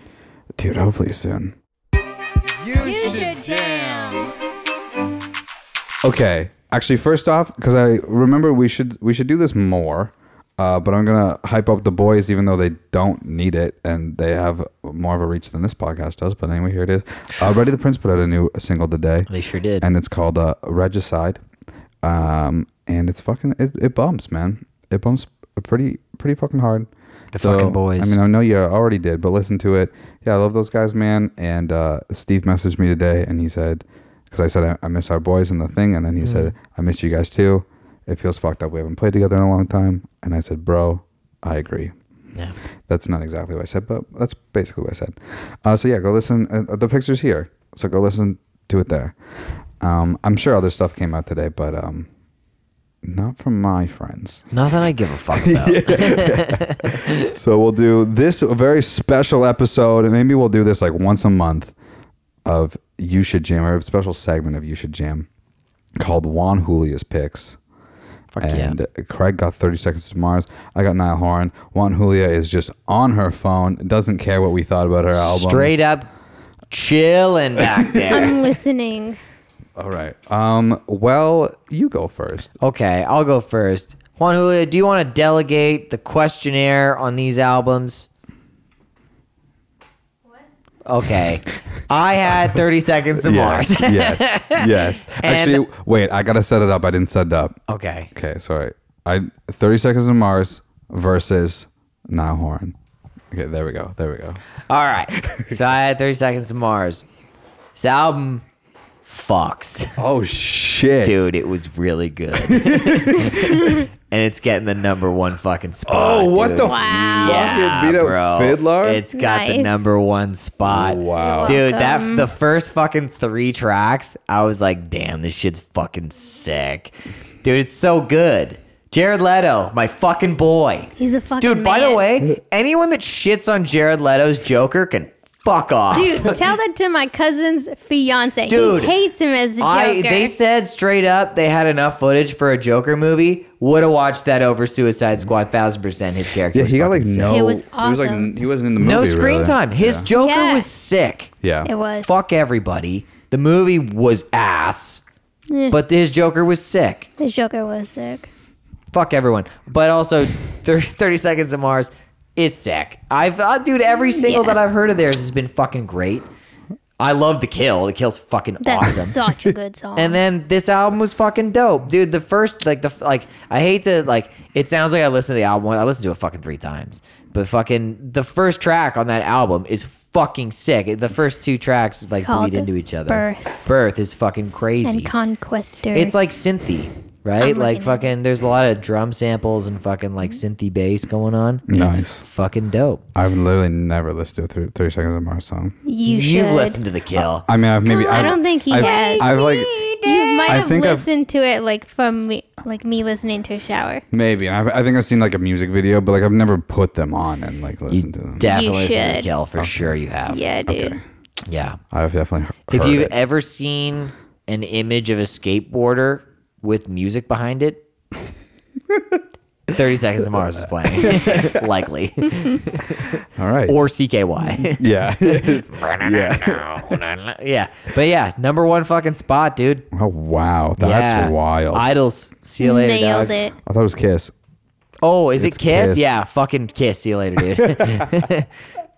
Speaker 1: dude hopefully soon Okay. Actually, first off, because I remember we should we should do this more, uh, but I'm gonna hype up the boys, even though they don't need it and they have more of a reach than this podcast does. But anyway, here it is. Uh, Ready the Prince put out a new single today,
Speaker 2: They sure did.
Speaker 1: and it's called uh, "Regicide," um, and it's fucking it, it bumps, man. It bumps pretty pretty fucking hard.
Speaker 2: The fucking boys.
Speaker 1: I mean, I know you already did, but listen to it. Yeah, I love those guys, man. And uh, Steve messaged me today, and he said, because I said I, I miss our boys and the thing, and then he
Speaker 2: Mm.
Speaker 1: said I miss you guys too. It feels fucked up. We haven't played together in a long time, and I said, bro, I agree.
Speaker 2: yeah.
Speaker 1: That's not exactly what I said, but that's basically what I said. Uh, so yeah, go listen. Uh, the picture's here, so go listen to it there. Um, I'm sure other stuff came out today, but um, not from my friends.
Speaker 2: Nothing I give a fuck about.
Speaker 1: so we'll do this very special episode, and maybe we'll do this like once a month of You Should Jam, or a special segment of You Should Jam called Juan Julia's Picks.
Speaker 2: Fuck
Speaker 1: and uh,
Speaker 2: yeah.
Speaker 1: Craig got 30 Seconds to Mars. I got Niall Horan. Juan Julia is just on her phone, doesn't care what we thought about her album.
Speaker 2: Straight up chilling back there.
Speaker 3: I'm listening.
Speaker 1: All right. Um. Well, you go first.
Speaker 2: Okay, I'll go first. Juan Julia, do you want to delegate the questionnaire on these albums? Okay. I had 30 seconds to Mars.
Speaker 1: Yes. yes. Yes. Actually, wait. I gotta set it up. I didn't set it up.
Speaker 2: okay.
Speaker 1: Okay, sorry. I thirty seconds to Mars versus Nile Horn. Okay, there we go. There we go.
Speaker 2: All right. So I had 30 seconds to Mars. This album fucks.
Speaker 1: Oh shit,
Speaker 2: Dude, it was really good. and it's getting the number one fucking spot.
Speaker 1: Oh, what
Speaker 2: dude.
Speaker 1: the
Speaker 3: Wow.
Speaker 1: fuck?
Speaker 2: Yeah,
Speaker 1: It beat out
Speaker 2: bro.
Speaker 1: Fiddler.
Speaker 2: It's got the
Speaker 3: Nice.
Speaker 2: number one spot.
Speaker 1: wow.
Speaker 2: Dude, that
Speaker 3: Welcome.
Speaker 2: the first fucking three tracks, I was like, damn, this shit's fucking sick. Dude, it's so good. Jared Leto, my fucking boy.
Speaker 3: He's a fucking
Speaker 2: Dude, by the
Speaker 3: man.
Speaker 2: way, anyone that shits on Jared Leto's Joker can fuck off.
Speaker 3: Dude, tell that to my cousin's fiance.
Speaker 2: Dude,
Speaker 3: he hates him as the Joker.
Speaker 2: I they said straight up they had enough footage for a Joker movie. Would have watched that over Suicide Squad, thousand percent. His character,
Speaker 1: Yeah,
Speaker 2: was
Speaker 1: he got
Speaker 2: fucking
Speaker 1: like
Speaker 2: sick.
Speaker 1: no.
Speaker 3: It was
Speaker 1: He was like
Speaker 3: awesome.
Speaker 1: n- he wasn't in the movie.
Speaker 2: no screen
Speaker 1: really.
Speaker 2: time. His
Speaker 1: yeah.
Speaker 2: Joker
Speaker 3: Yeah.
Speaker 2: was sick.
Speaker 1: Yeah.
Speaker 3: it was.
Speaker 2: Fuck everybody. The movie was ass,
Speaker 3: Eh,
Speaker 2: but his Joker was sick.
Speaker 3: the Joker was sick.
Speaker 2: Fuck everyone. But also, 30, 30 Seconds to Mars is sick. I've uh, dude, every single
Speaker 3: Yeah.
Speaker 2: that I've heard of theirs has been fucking great. I love the kill. The kill's fucking
Speaker 3: That's
Speaker 2: awesome.
Speaker 3: such a good song.
Speaker 2: And then this album was fucking dope, dude. The first, like the like, I hate to like. It sounds like I listened to the album. I listened to it fucking three times, but fucking the first track on that album is fucking sick. The first two tracks like
Speaker 3: called
Speaker 2: bleed into each other.
Speaker 3: Birth.
Speaker 2: Birth is fucking crazy.
Speaker 3: and Conquester.
Speaker 2: it's like synthy, right? Like
Speaker 3: I'm looking Mm-hmm. at
Speaker 2: fucking. There's a lot of drum samples and fucking like synthy bass going on.
Speaker 1: Nice.
Speaker 2: Fucking dope.
Speaker 1: I've literally never listened to a thir- Thirty Seconds of Mars song.
Speaker 3: you should.
Speaker 2: You've listened to the kill.
Speaker 1: I mean, I've maybe.
Speaker 3: I
Speaker 1: I've,
Speaker 3: don't think he
Speaker 1: I've,
Speaker 3: has.
Speaker 1: I've like
Speaker 3: You might
Speaker 1: I
Speaker 3: have
Speaker 1: think I've-
Speaker 3: listened to it like from me, like me listening to a shower.
Speaker 1: maybe, and I've, I think I've seen like a music video, but like I've never put them on and like listened to them.
Speaker 2: Definitely
Speaker 3: You
Speaker 2: listened to the
Speaker 3: should.
Speaker 2: kill for sure. You have.
Speaker 3: Yeah, dude.
Speaker 1: Okay.
Speaker 2: Yeah.
Speaker 1: I've definitely he-
Speaker 2: If
Speaker 1: heard
Speaker 2: you've
Speaker 1: it.
Speaker 2: ever seen an image of a skateboarder with music behind it, 30 Seconds to Mars is playing, likely.
Speaker 1: All right.
Speaker 2: e- Or CKY.
Speaker 1: yeah.
Speaker 2: yeah. But yeah, number one fucking spot, dude.
Speaker 1: oh wow, that's
Speaker 2: yeah.
Speaker 1: wild. I,
Speaker 2: Idols. See you later,
Speaker 3: Nailed
Speaker 2: dog.
Speaker 3: it.
Speaker 1: thought it was Kiss.
Speaker 2: Oh, is it Kiss?
Speaker 1: Kiss.
Speaker 2: Yeah, fucking Kiss. See you later, dude.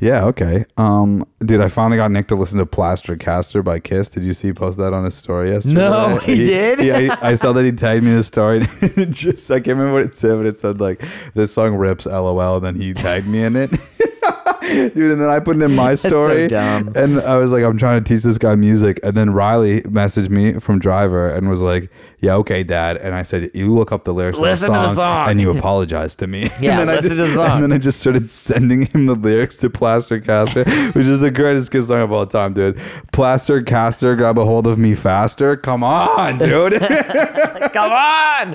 Speaker 1: Yeah. Okay. Um, dude, I finally got Nick to listen to "Plaster Caster" by Kiss. Did you see he posted that on his story yesterday?
Speaker 2: No, he did?
Speaker 1: Yeah, I, I saw that he tagged me in his story. And it just I can't remember what it said, but it said like this song rips, lol. And then he tagged me in it. Dude, and then I put it in my
Speaker 2: so
Speaker 1: story,
Speaker 2: dumb.
Speaker 1: and I was like, "I'm trying to teach this guy music." And then Riley messaged me from Driver and was like, "Yeah, okay, Dad." And I said, "You look up the lyrics,
Speaker 4: Listen
Speaker 1: of
Speaker 4: to the
Speaker 1: the
Speaker 4: song.
Speaker 1: and you apologize to me."
Speaker 2: Yeah,
Speaker 1: and then
Speaker 2: listen
Speaker 1: I
Speaker 2: to the
Speaker 1: just,
Speaker 2: song.
Speaker 1: And then I just started sending him the lyrics to Plaster Caster, which is the greatest kiss song of all time, dude. Plaster Caster, grab a hold of me faster. Come on, dude.
Speaker 2: come on,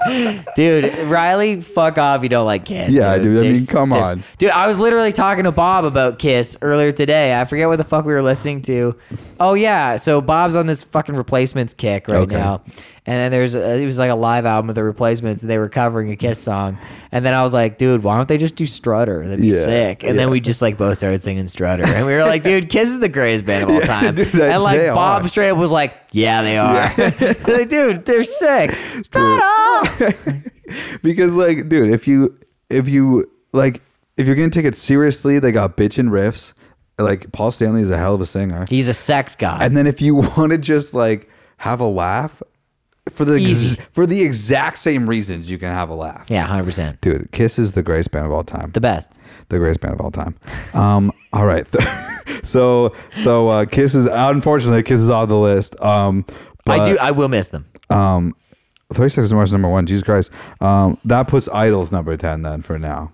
Speaker 2: dude. Riley, fuck off. You don't like Kiss.
Speaker 1: Yeah, dude, I
Speaker 2: They're
Speaker 1: mean, come on.
Speaker 2: dude. I was literally talking to Bob about Kiss earlier today. I forget what the fuck we were listening to. Oh yeah, so Bob's on this fucking replacements kick right
Speaker 1: Okay.
Speaker 2: now, and then there's a, it was like a live album of the replacements, and they were covering a Kiss song, and then I was like, dude, why don't they just do Strutter? That'd be
Speaker 1: Yeah,
Speaker 2: sick. And then
Speaker 1: yeah.
Speaker 2: we just like both started singing Strutter, and we were like, dude, Kiss is the greatest band of all time.
Speaker 1: dude, they-
Speaker 2: and
Speaker 1: they
Speaker 2: like
Speaker 1: are.
Speaker 2: Bob straight up was like, yeah, they are. like, dude, they're sick. Strutter.
Speaker 1: because like, dude, if you if you like if you're gonna take it seriously, they got bitchin' riffs. Like Paul Stanley is a hell of a singer.
Speaker 2: He's a sex god.
Speaker 1: And then if you want to just like have a laugh for the ex-
Speaker 2: Easy.
Speaker 1: for the exact same reasons you can have a laugh.
Speaker 2: yeah, hundred percent.
Speaker 1: Dude, Kiss is the greatest band of all time.
Speaker 2: The best.
Speaker 1: the greatest band of all time. Um, all right, so so uh, Kiss is unfortunately Kiss is on the list. Um, but,
Speaker 2: I do. I will miss them.
Speaker 1: Um, Thirty Seconds to Mars is number one. Jesus Christ, um, that puts Idols number ten then for now.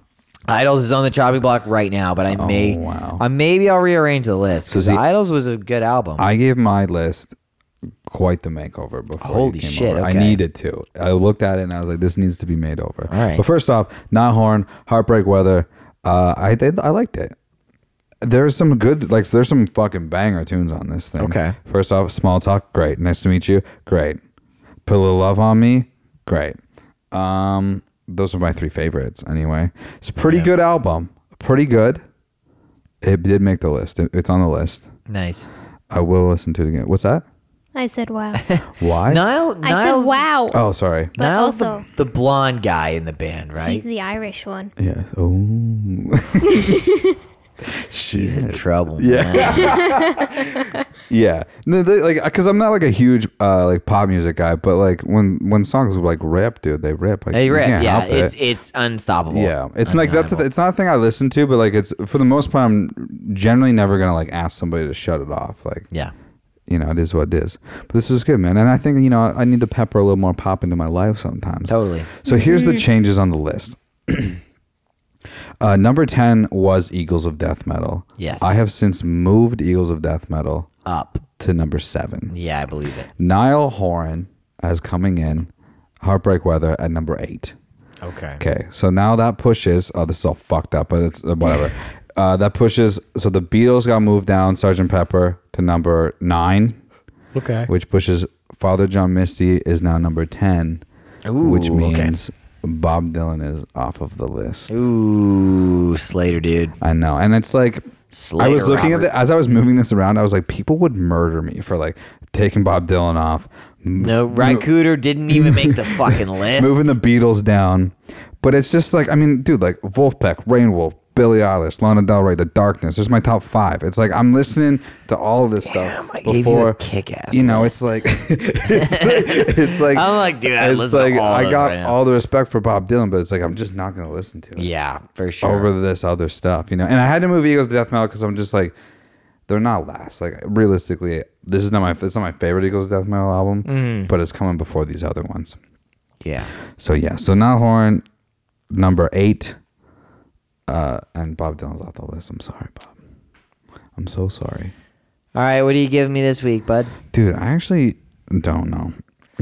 Speaker 2: Idols is on the chopping block right now, but I may.
Speaker 1: Oh, wow.
Speaker 2: I maybe I'll rearrange the list because
Speaker 1: see-
Speaker 2: Idols was a good album.
Speaker 1: I gave my list quite the makeover before. you
Speaker 2: Holy
Speaker 1: came
Speaker 2: shit,
Speaker 1: over. I
Speaker 2: okay.
Speaker 1: needed to. I looked at it and I was like, this needs to be made over.
Speaker 2: All right.
Speaker 1: But first off, Not Horn, Heartbreak Weather. Uh, I did. I liked it. There's some good, like there's some fucking banger tunes on this thing.
Speaker 2: Okay.
Speaker 1: First off, Small Talk, great. Nice to meet you, great. Put a little love on me, great. Um, those are my three favorites. Anyway, it's a pretty good album. Pretty good. It did make the list. It- it's on the list.
Speaker 2: nice.
Speaker 1: I will listen to it again. What's that?
Speaker 3: I said wow.
Speaker 1: Why?
Speaker 2: Niall.
Speaker 3: I
Speaker 2: Niall's,
Speaker 3: said wow.
Speaker 1: Oh, sorry.
Speaker 3: but
Speaker 2: Niall's the-
Speaker 3: also-
Speaker 2: the, blonde guy in the band, right?
Speaker 3: He's the Irish one.
Speaker 1: Yeah. Oh. She's
Speaker 2: In trouble.
Speaker 1: Yeah.
Speaker 2: man.
Speaker 1: yeah. No, they, like, because I'm not like a huge uh, like pop music guy, but like when when songs like rip, dude, they rip. Like,
Speaker 2: Hey,
Speaker 1: you
Speaker 2: Rip.
Speaker 1: can't
Speaker 2: Yeah.
Speaker 1: help
Speaker 2: It's
Speaker 1: it.
Speaker 2: it's unstoppable.
Speaker 1: yeah. It's like that's
Speaker 2: Undeniable.
Speaker 1: it's not a thing I listen to, but like it's for the most part, I'm generally never gonna like ask somebody to shut it off. Like,
Speaker 2: yeah.
Speaker 1: you know, it is what it is. But this is good, man. And I think you know I need to pepper a little more pop into my life sometimes.
Speaker 2: Totally.
Speaker 1: So here's the changes on the list. uh, number 10 was Eagles of Death Metal.
Speaker 2: Yes.
Speaker 1: I have since moved Eagles of Death Metal
Speaker 2: Up.
Speaker 1: to number seven.
Speaker 2: Yeah, I believe it.
Speaker 1: Niall Horan as coming in, Heartbreak Weather at number eight.
Speaker 2: Okay.
Speaker 1: Okay, so now that pushes. Oh, this is all fucked up, but it's uh, whatever. Uh, that pushes so the Beatles got moved down Sergeant Pepper to number nine,
Speaker 2: Okay.
Speaker 1: which pushes Father John Misty is now number ten, which
Speaker 2: Ooh, okay.
Speaker 1: means Bob Dylan is off of the list.
Speaker 2: Ooh, Slater, dude.
Speaker 1: I know, and it's like I
Speaker 2: Slater,
Speaker 1: was looking at
Speaker 2: Robert.
Speaker 1: the as I was moving this around, I was like, people would murder me for like taking Bob Dylan off, m-
Speaker 2: No, Rycooter didn't even make the fucking list.
Speaker 1: moving the Beatles down. But it's just like I mean, dude, like Wolfpack, Rainwolf, Billie Eilish, Lana Del Rey, The Darkness. There's my top five. It's like I'm listening to all of this stuff
Speaker 2: I gave you a
Speaker 1: before
Speaker 2: kick-ass
Speaker 1: You know, it's
Speaker 2: list.
Speaker 1: like it's, it's like
Speaker 2: I'm like, dude, I
Speaker 1: it's
Speaker 2: listen
Speaker 1: like
Speaker 2: to all
Speaker 1: I
Speaker 2: of
Speaker 1: got
Speaker 2: it right now.
Speaker 1: all the respect for Bob Dylan, but it's like I'm just not gonna listen to it
Speaker 2: Yeah, for sure.
Speaker 1: over this other stuff, you know. And I had to move Eagles to death metal because I'm just like, they're not last. Like realistically, this is not my it's not my favorite Eagles to death metal album,
Speaker 2: Mm.
Speaker 1: but it's coming before these other ones.
Speaker 2: yeah.
Speaker 1: So yeah, so now Horn number eight, uh, and Bob Dylan's off the list. I'm sorry, Bob. I'm so sorry,
Speaker 2: All right, what are you giving me this week, bud?
Speaker 1: dude. I actually don't know.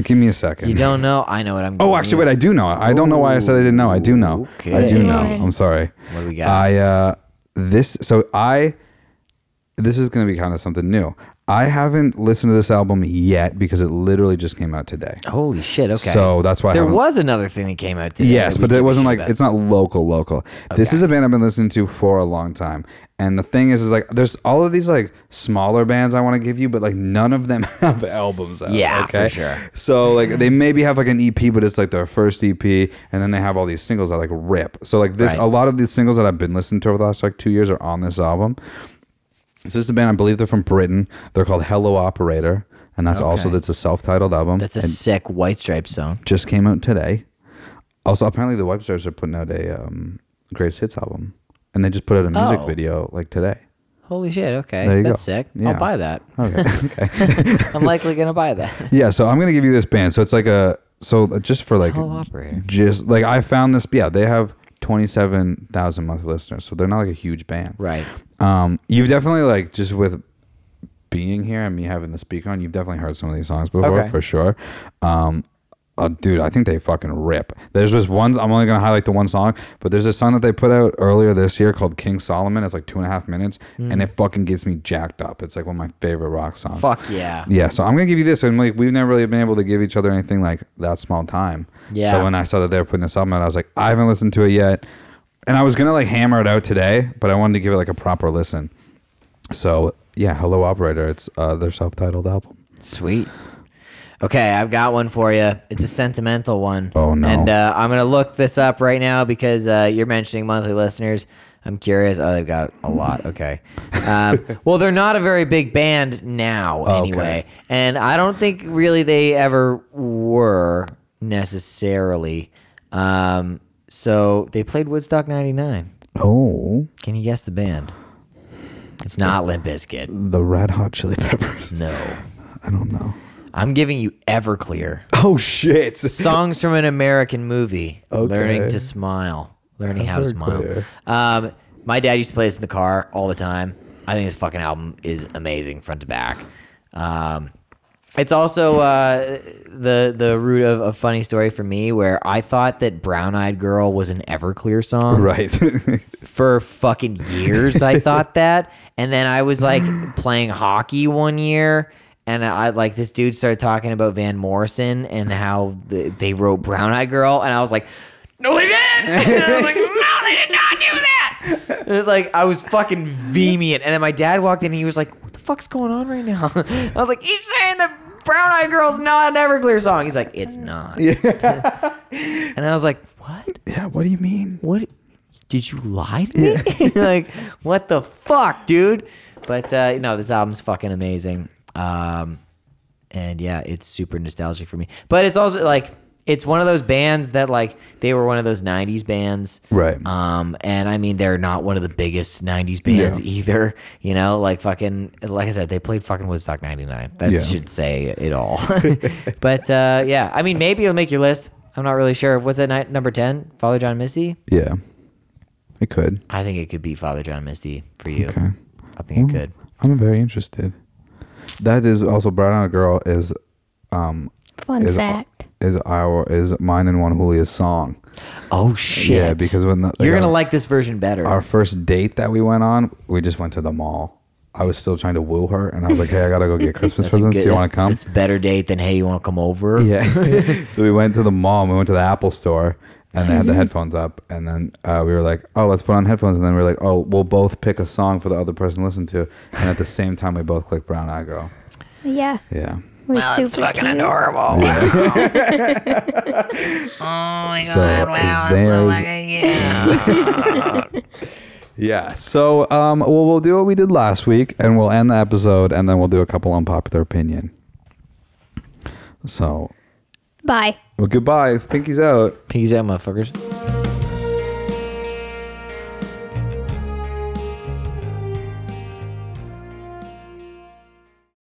Speaker 1: Give me a second.
Speaker 2: You don't know? I know what I'm.
Speaker 1: Oh,
Speaker 2: giving
Speaker 1: actually,
Speaker 2: you.
Speaker 1: wait. I do know. I don't know why I said I didn't know. I do know. I
Speaker 2: Okay.
Speaker 1: do know.
Speaker 3: Okay.
Speaker 1: I'm sorry.
Speaker 2: What do we got?
Speaker 1: I uh this so I this is going to be kind of something new. I haven't listened to this album yet because it literally just came out today.
Speaker 2: Holy shit! Okay.
Speaker 1: So that's why I
Speaker 2: there
Speaker 1: haven't-
Speaker 2: was another thing that came out today.
Speaker 1: Yes,
Speaker 2: that we
Speaker 1: but
Speaker 2: give
Speaker 1: it
Speaker 2: a
Speaker 1: wasn't
Speaker 2: shit
Speaker 1: like
Speaker 2: about.
Speaker 1: it's not local local. This is a band I've been listening to for a long time. And the thing is is like there's all of these like smaller bands I want to give you but like none of them have albums out,
Speaker 2: Yeah, for
Speaker 1: okay?
Speaker 2: sure.
Speaker 1: So like they maybe have like an EP but it's like their first EP and then they have all these singles that like rip. So like this
Speaker 2: Right.
Speaker 1: a lot of these singles that I've been listening to over the last like 2 years are on this album. So this is a band I believe they're from Britain. They're called Hello Operator and that's also
Speaker 2: Okay.
Speaker 1: that's a self-titled album.
Speaker 2: That's a
Speaker 1: And-
Speaker 2: sick White Stripes song.
Speaker 1: just came out today. Also, apparently the White Stripes are putting out a um, greatest hits album, and they just put out a music
Speaker 2: Oh.
Speaker 1: video like today.
Speaker 2: Holy shit! Okay,
Speaker 1: There you
Speaker 2: that's
Speaker 1: go.
Speaker 2: sick.
Speaker 1: Yeah.
Speaker 2: I'll buy that.
Speaker 1: Okay.
Speaker 2: I'm likely gonna buy that.
Speaker 1: yeah. So I'm gonna give you this band. So it's like a so just for like
Speaker 2: Hello Operator.
Speaker 1: just like I found this. Yeah, they have twenty seven thousand monthly listeners, so they're not like a huge band.
Speaker 2: Right.
Speaker 1: Um, you've definitely like just with being here and me having the speaker on, you've definitely heard some of these songs before
Speaker 2: Okay.
Speaker 1: for sure. Um, uh, dude, I think they fucking rip. There's this one. I'm only gonna highlight the one song, but there's this song that they put out earlier this year called King Solomon. It's like two and a half minutes, and it fucking gets me jacked up. It's like one of my favorite rock songs.
Speaker 2: Fuck yeah.
Speaker 1: Yeah, so I'm gonna give you this, and like we've never really been able to give each other anything like that small time.
Speaker 2: Yeah.
Speaker 1: So when I saw that they were putting this album out, I was like, I haven't listened to it yet, and I was gonna like hammer it out today, but I wanted to give it like a proper listen. So yeah, Hello Operator, it's uh, their self-titled album.
Speaker 2: Sweet. Okay, I've got one for you. It's a sentimental one.
Speaker 1: Oh, no.
Speaker 2: And uh, I'm gonna look this up right now because uh, you're mentioning monthly listeners. I'm curious. Oh, they've got a lot. Okay. Um, well, they're not a very big band now,
Speaker 1: Okay.
Speaker 2: anyway, and I don't think really they ever were necessarily. Um, so they played Woodstock '99.
Speaker 1: Oh,
Speaker 2: Can you guess the band? It's not Limp Bizkit.
Speaker 1: the Red Hot Chili Peppers.
Speaker 2: No.
Speaker 1: I don't know.
Speaker 2: I'm giving you Everclear.
Speaker 1: Oh shit!
Speaker 2: songs from an American movie.
Speaker 1: Okay.
Speaker 2: Learning to smile. Learning how to
Speaker 1: Very
Speaker 2: smile.
Speaker 1: clear.
Speaker 2: Um, my dad used to play this in the car all the time. I think this fucking album is amazing front to back. Um, it's also uh, the the root of a funny story for me where I thought that Brown Eyed Girl was an Everclear song
Speaker 1: Right.
Speaker 2: for fucking years I thought that. And then I was like playing hockey one year and I like this dude started talking about Van Morrison and how th- they wrote Brown Eyed Girl and I was like no they didn't. And I was like no they did not do that. And it's like I was fucking vehement and then my dad walked in and he was like what the fuck's going on right now? I was like he's saying that Brown Eyed Girl's not an Everclear song. He's like it's not. and I was like what?
Speaker 1: yeah. What do you mean?
Speaker 2: what did you lie to me like what the fuck dude but uh no this album's fucking amazing um and yeah it's super nostalgic for me but it's also like it's one of those bands that like they were one of those 90s bands
Speaker 1: Right.
Speaker 2: um and i mean they're not one of the biggest 90s bands
Speaker 1: Yeah.
Speaker 2: either you know like fucking like i said they played fucking woodstock 99 that
Speaker 1: Yeah.
Speaker 2: should say it all but uh yeah i mean maybe it'll make your list i'm not really sure what's that night number 10 father john misty
Speaker 1: Yeah. It could.
Speaker 2: I think it could be Father John Misty for you.
Speaker 1: Okay.
Speaker 2: I think it could.
Speaker 1: I'm very interested. That is also Brown Eyed Girl is um
Speaker 3: Fun
Speaker 1: is
Speaker 3: fact.
Speaker 1: is our is mine and Juan Julia's song.
Speaker 2: Oh shit!
Speaker 1: Yeah, because when the,
Speaker 2: you're
Speaker 1: like,
Speaker 2: gonna
Speaker 1: our-
Speaker 2: like this version better.
Speaker 1: our first date that we went on, we just went to the mall. I was still trying to woo her, and I was like, "Hey, I gotta go get Christmas
Speaker 2: That's a
Speaker 1: presents. Do
Speaker 2: good-
Speaker 1: you want to
Speaker 2: that's-
Speaker 1: come?"
Speaker 2: That's better date than hey, you want to come over?
Speaker 1: Yeah. so we went to the mall. And we went to the Apple store, and they had the headphones up. And then uh, we were like, "Oh, let's put on headphones." And then we were like, "Oh, we'll both pick a song for the other person to listen to." And at the same time, we both clicked "Brown Eye Girl."
Speaker 3: Yeah.
Speaker 1: Yeah.
Speaker 3: We're super
Speaker 4: That's fucking
Speaker 3: cute.
Speaker 4: adorable. Wow. oh my
Speaker 1: So
Speaker 4: god, wow. That's so
Speaker 1: there's-
Speaker 4: fucking yeah.
Speaker 1: Yeah. So, um, well, we'll do what we did last week, and we'll end the episode, and then we'll do a couple unpopular opinion. So,
Speaker 3: Bye.
Speaker 1: well, goodbye. Pinky's out.
Speaker 2: Peace out, motherfuckers.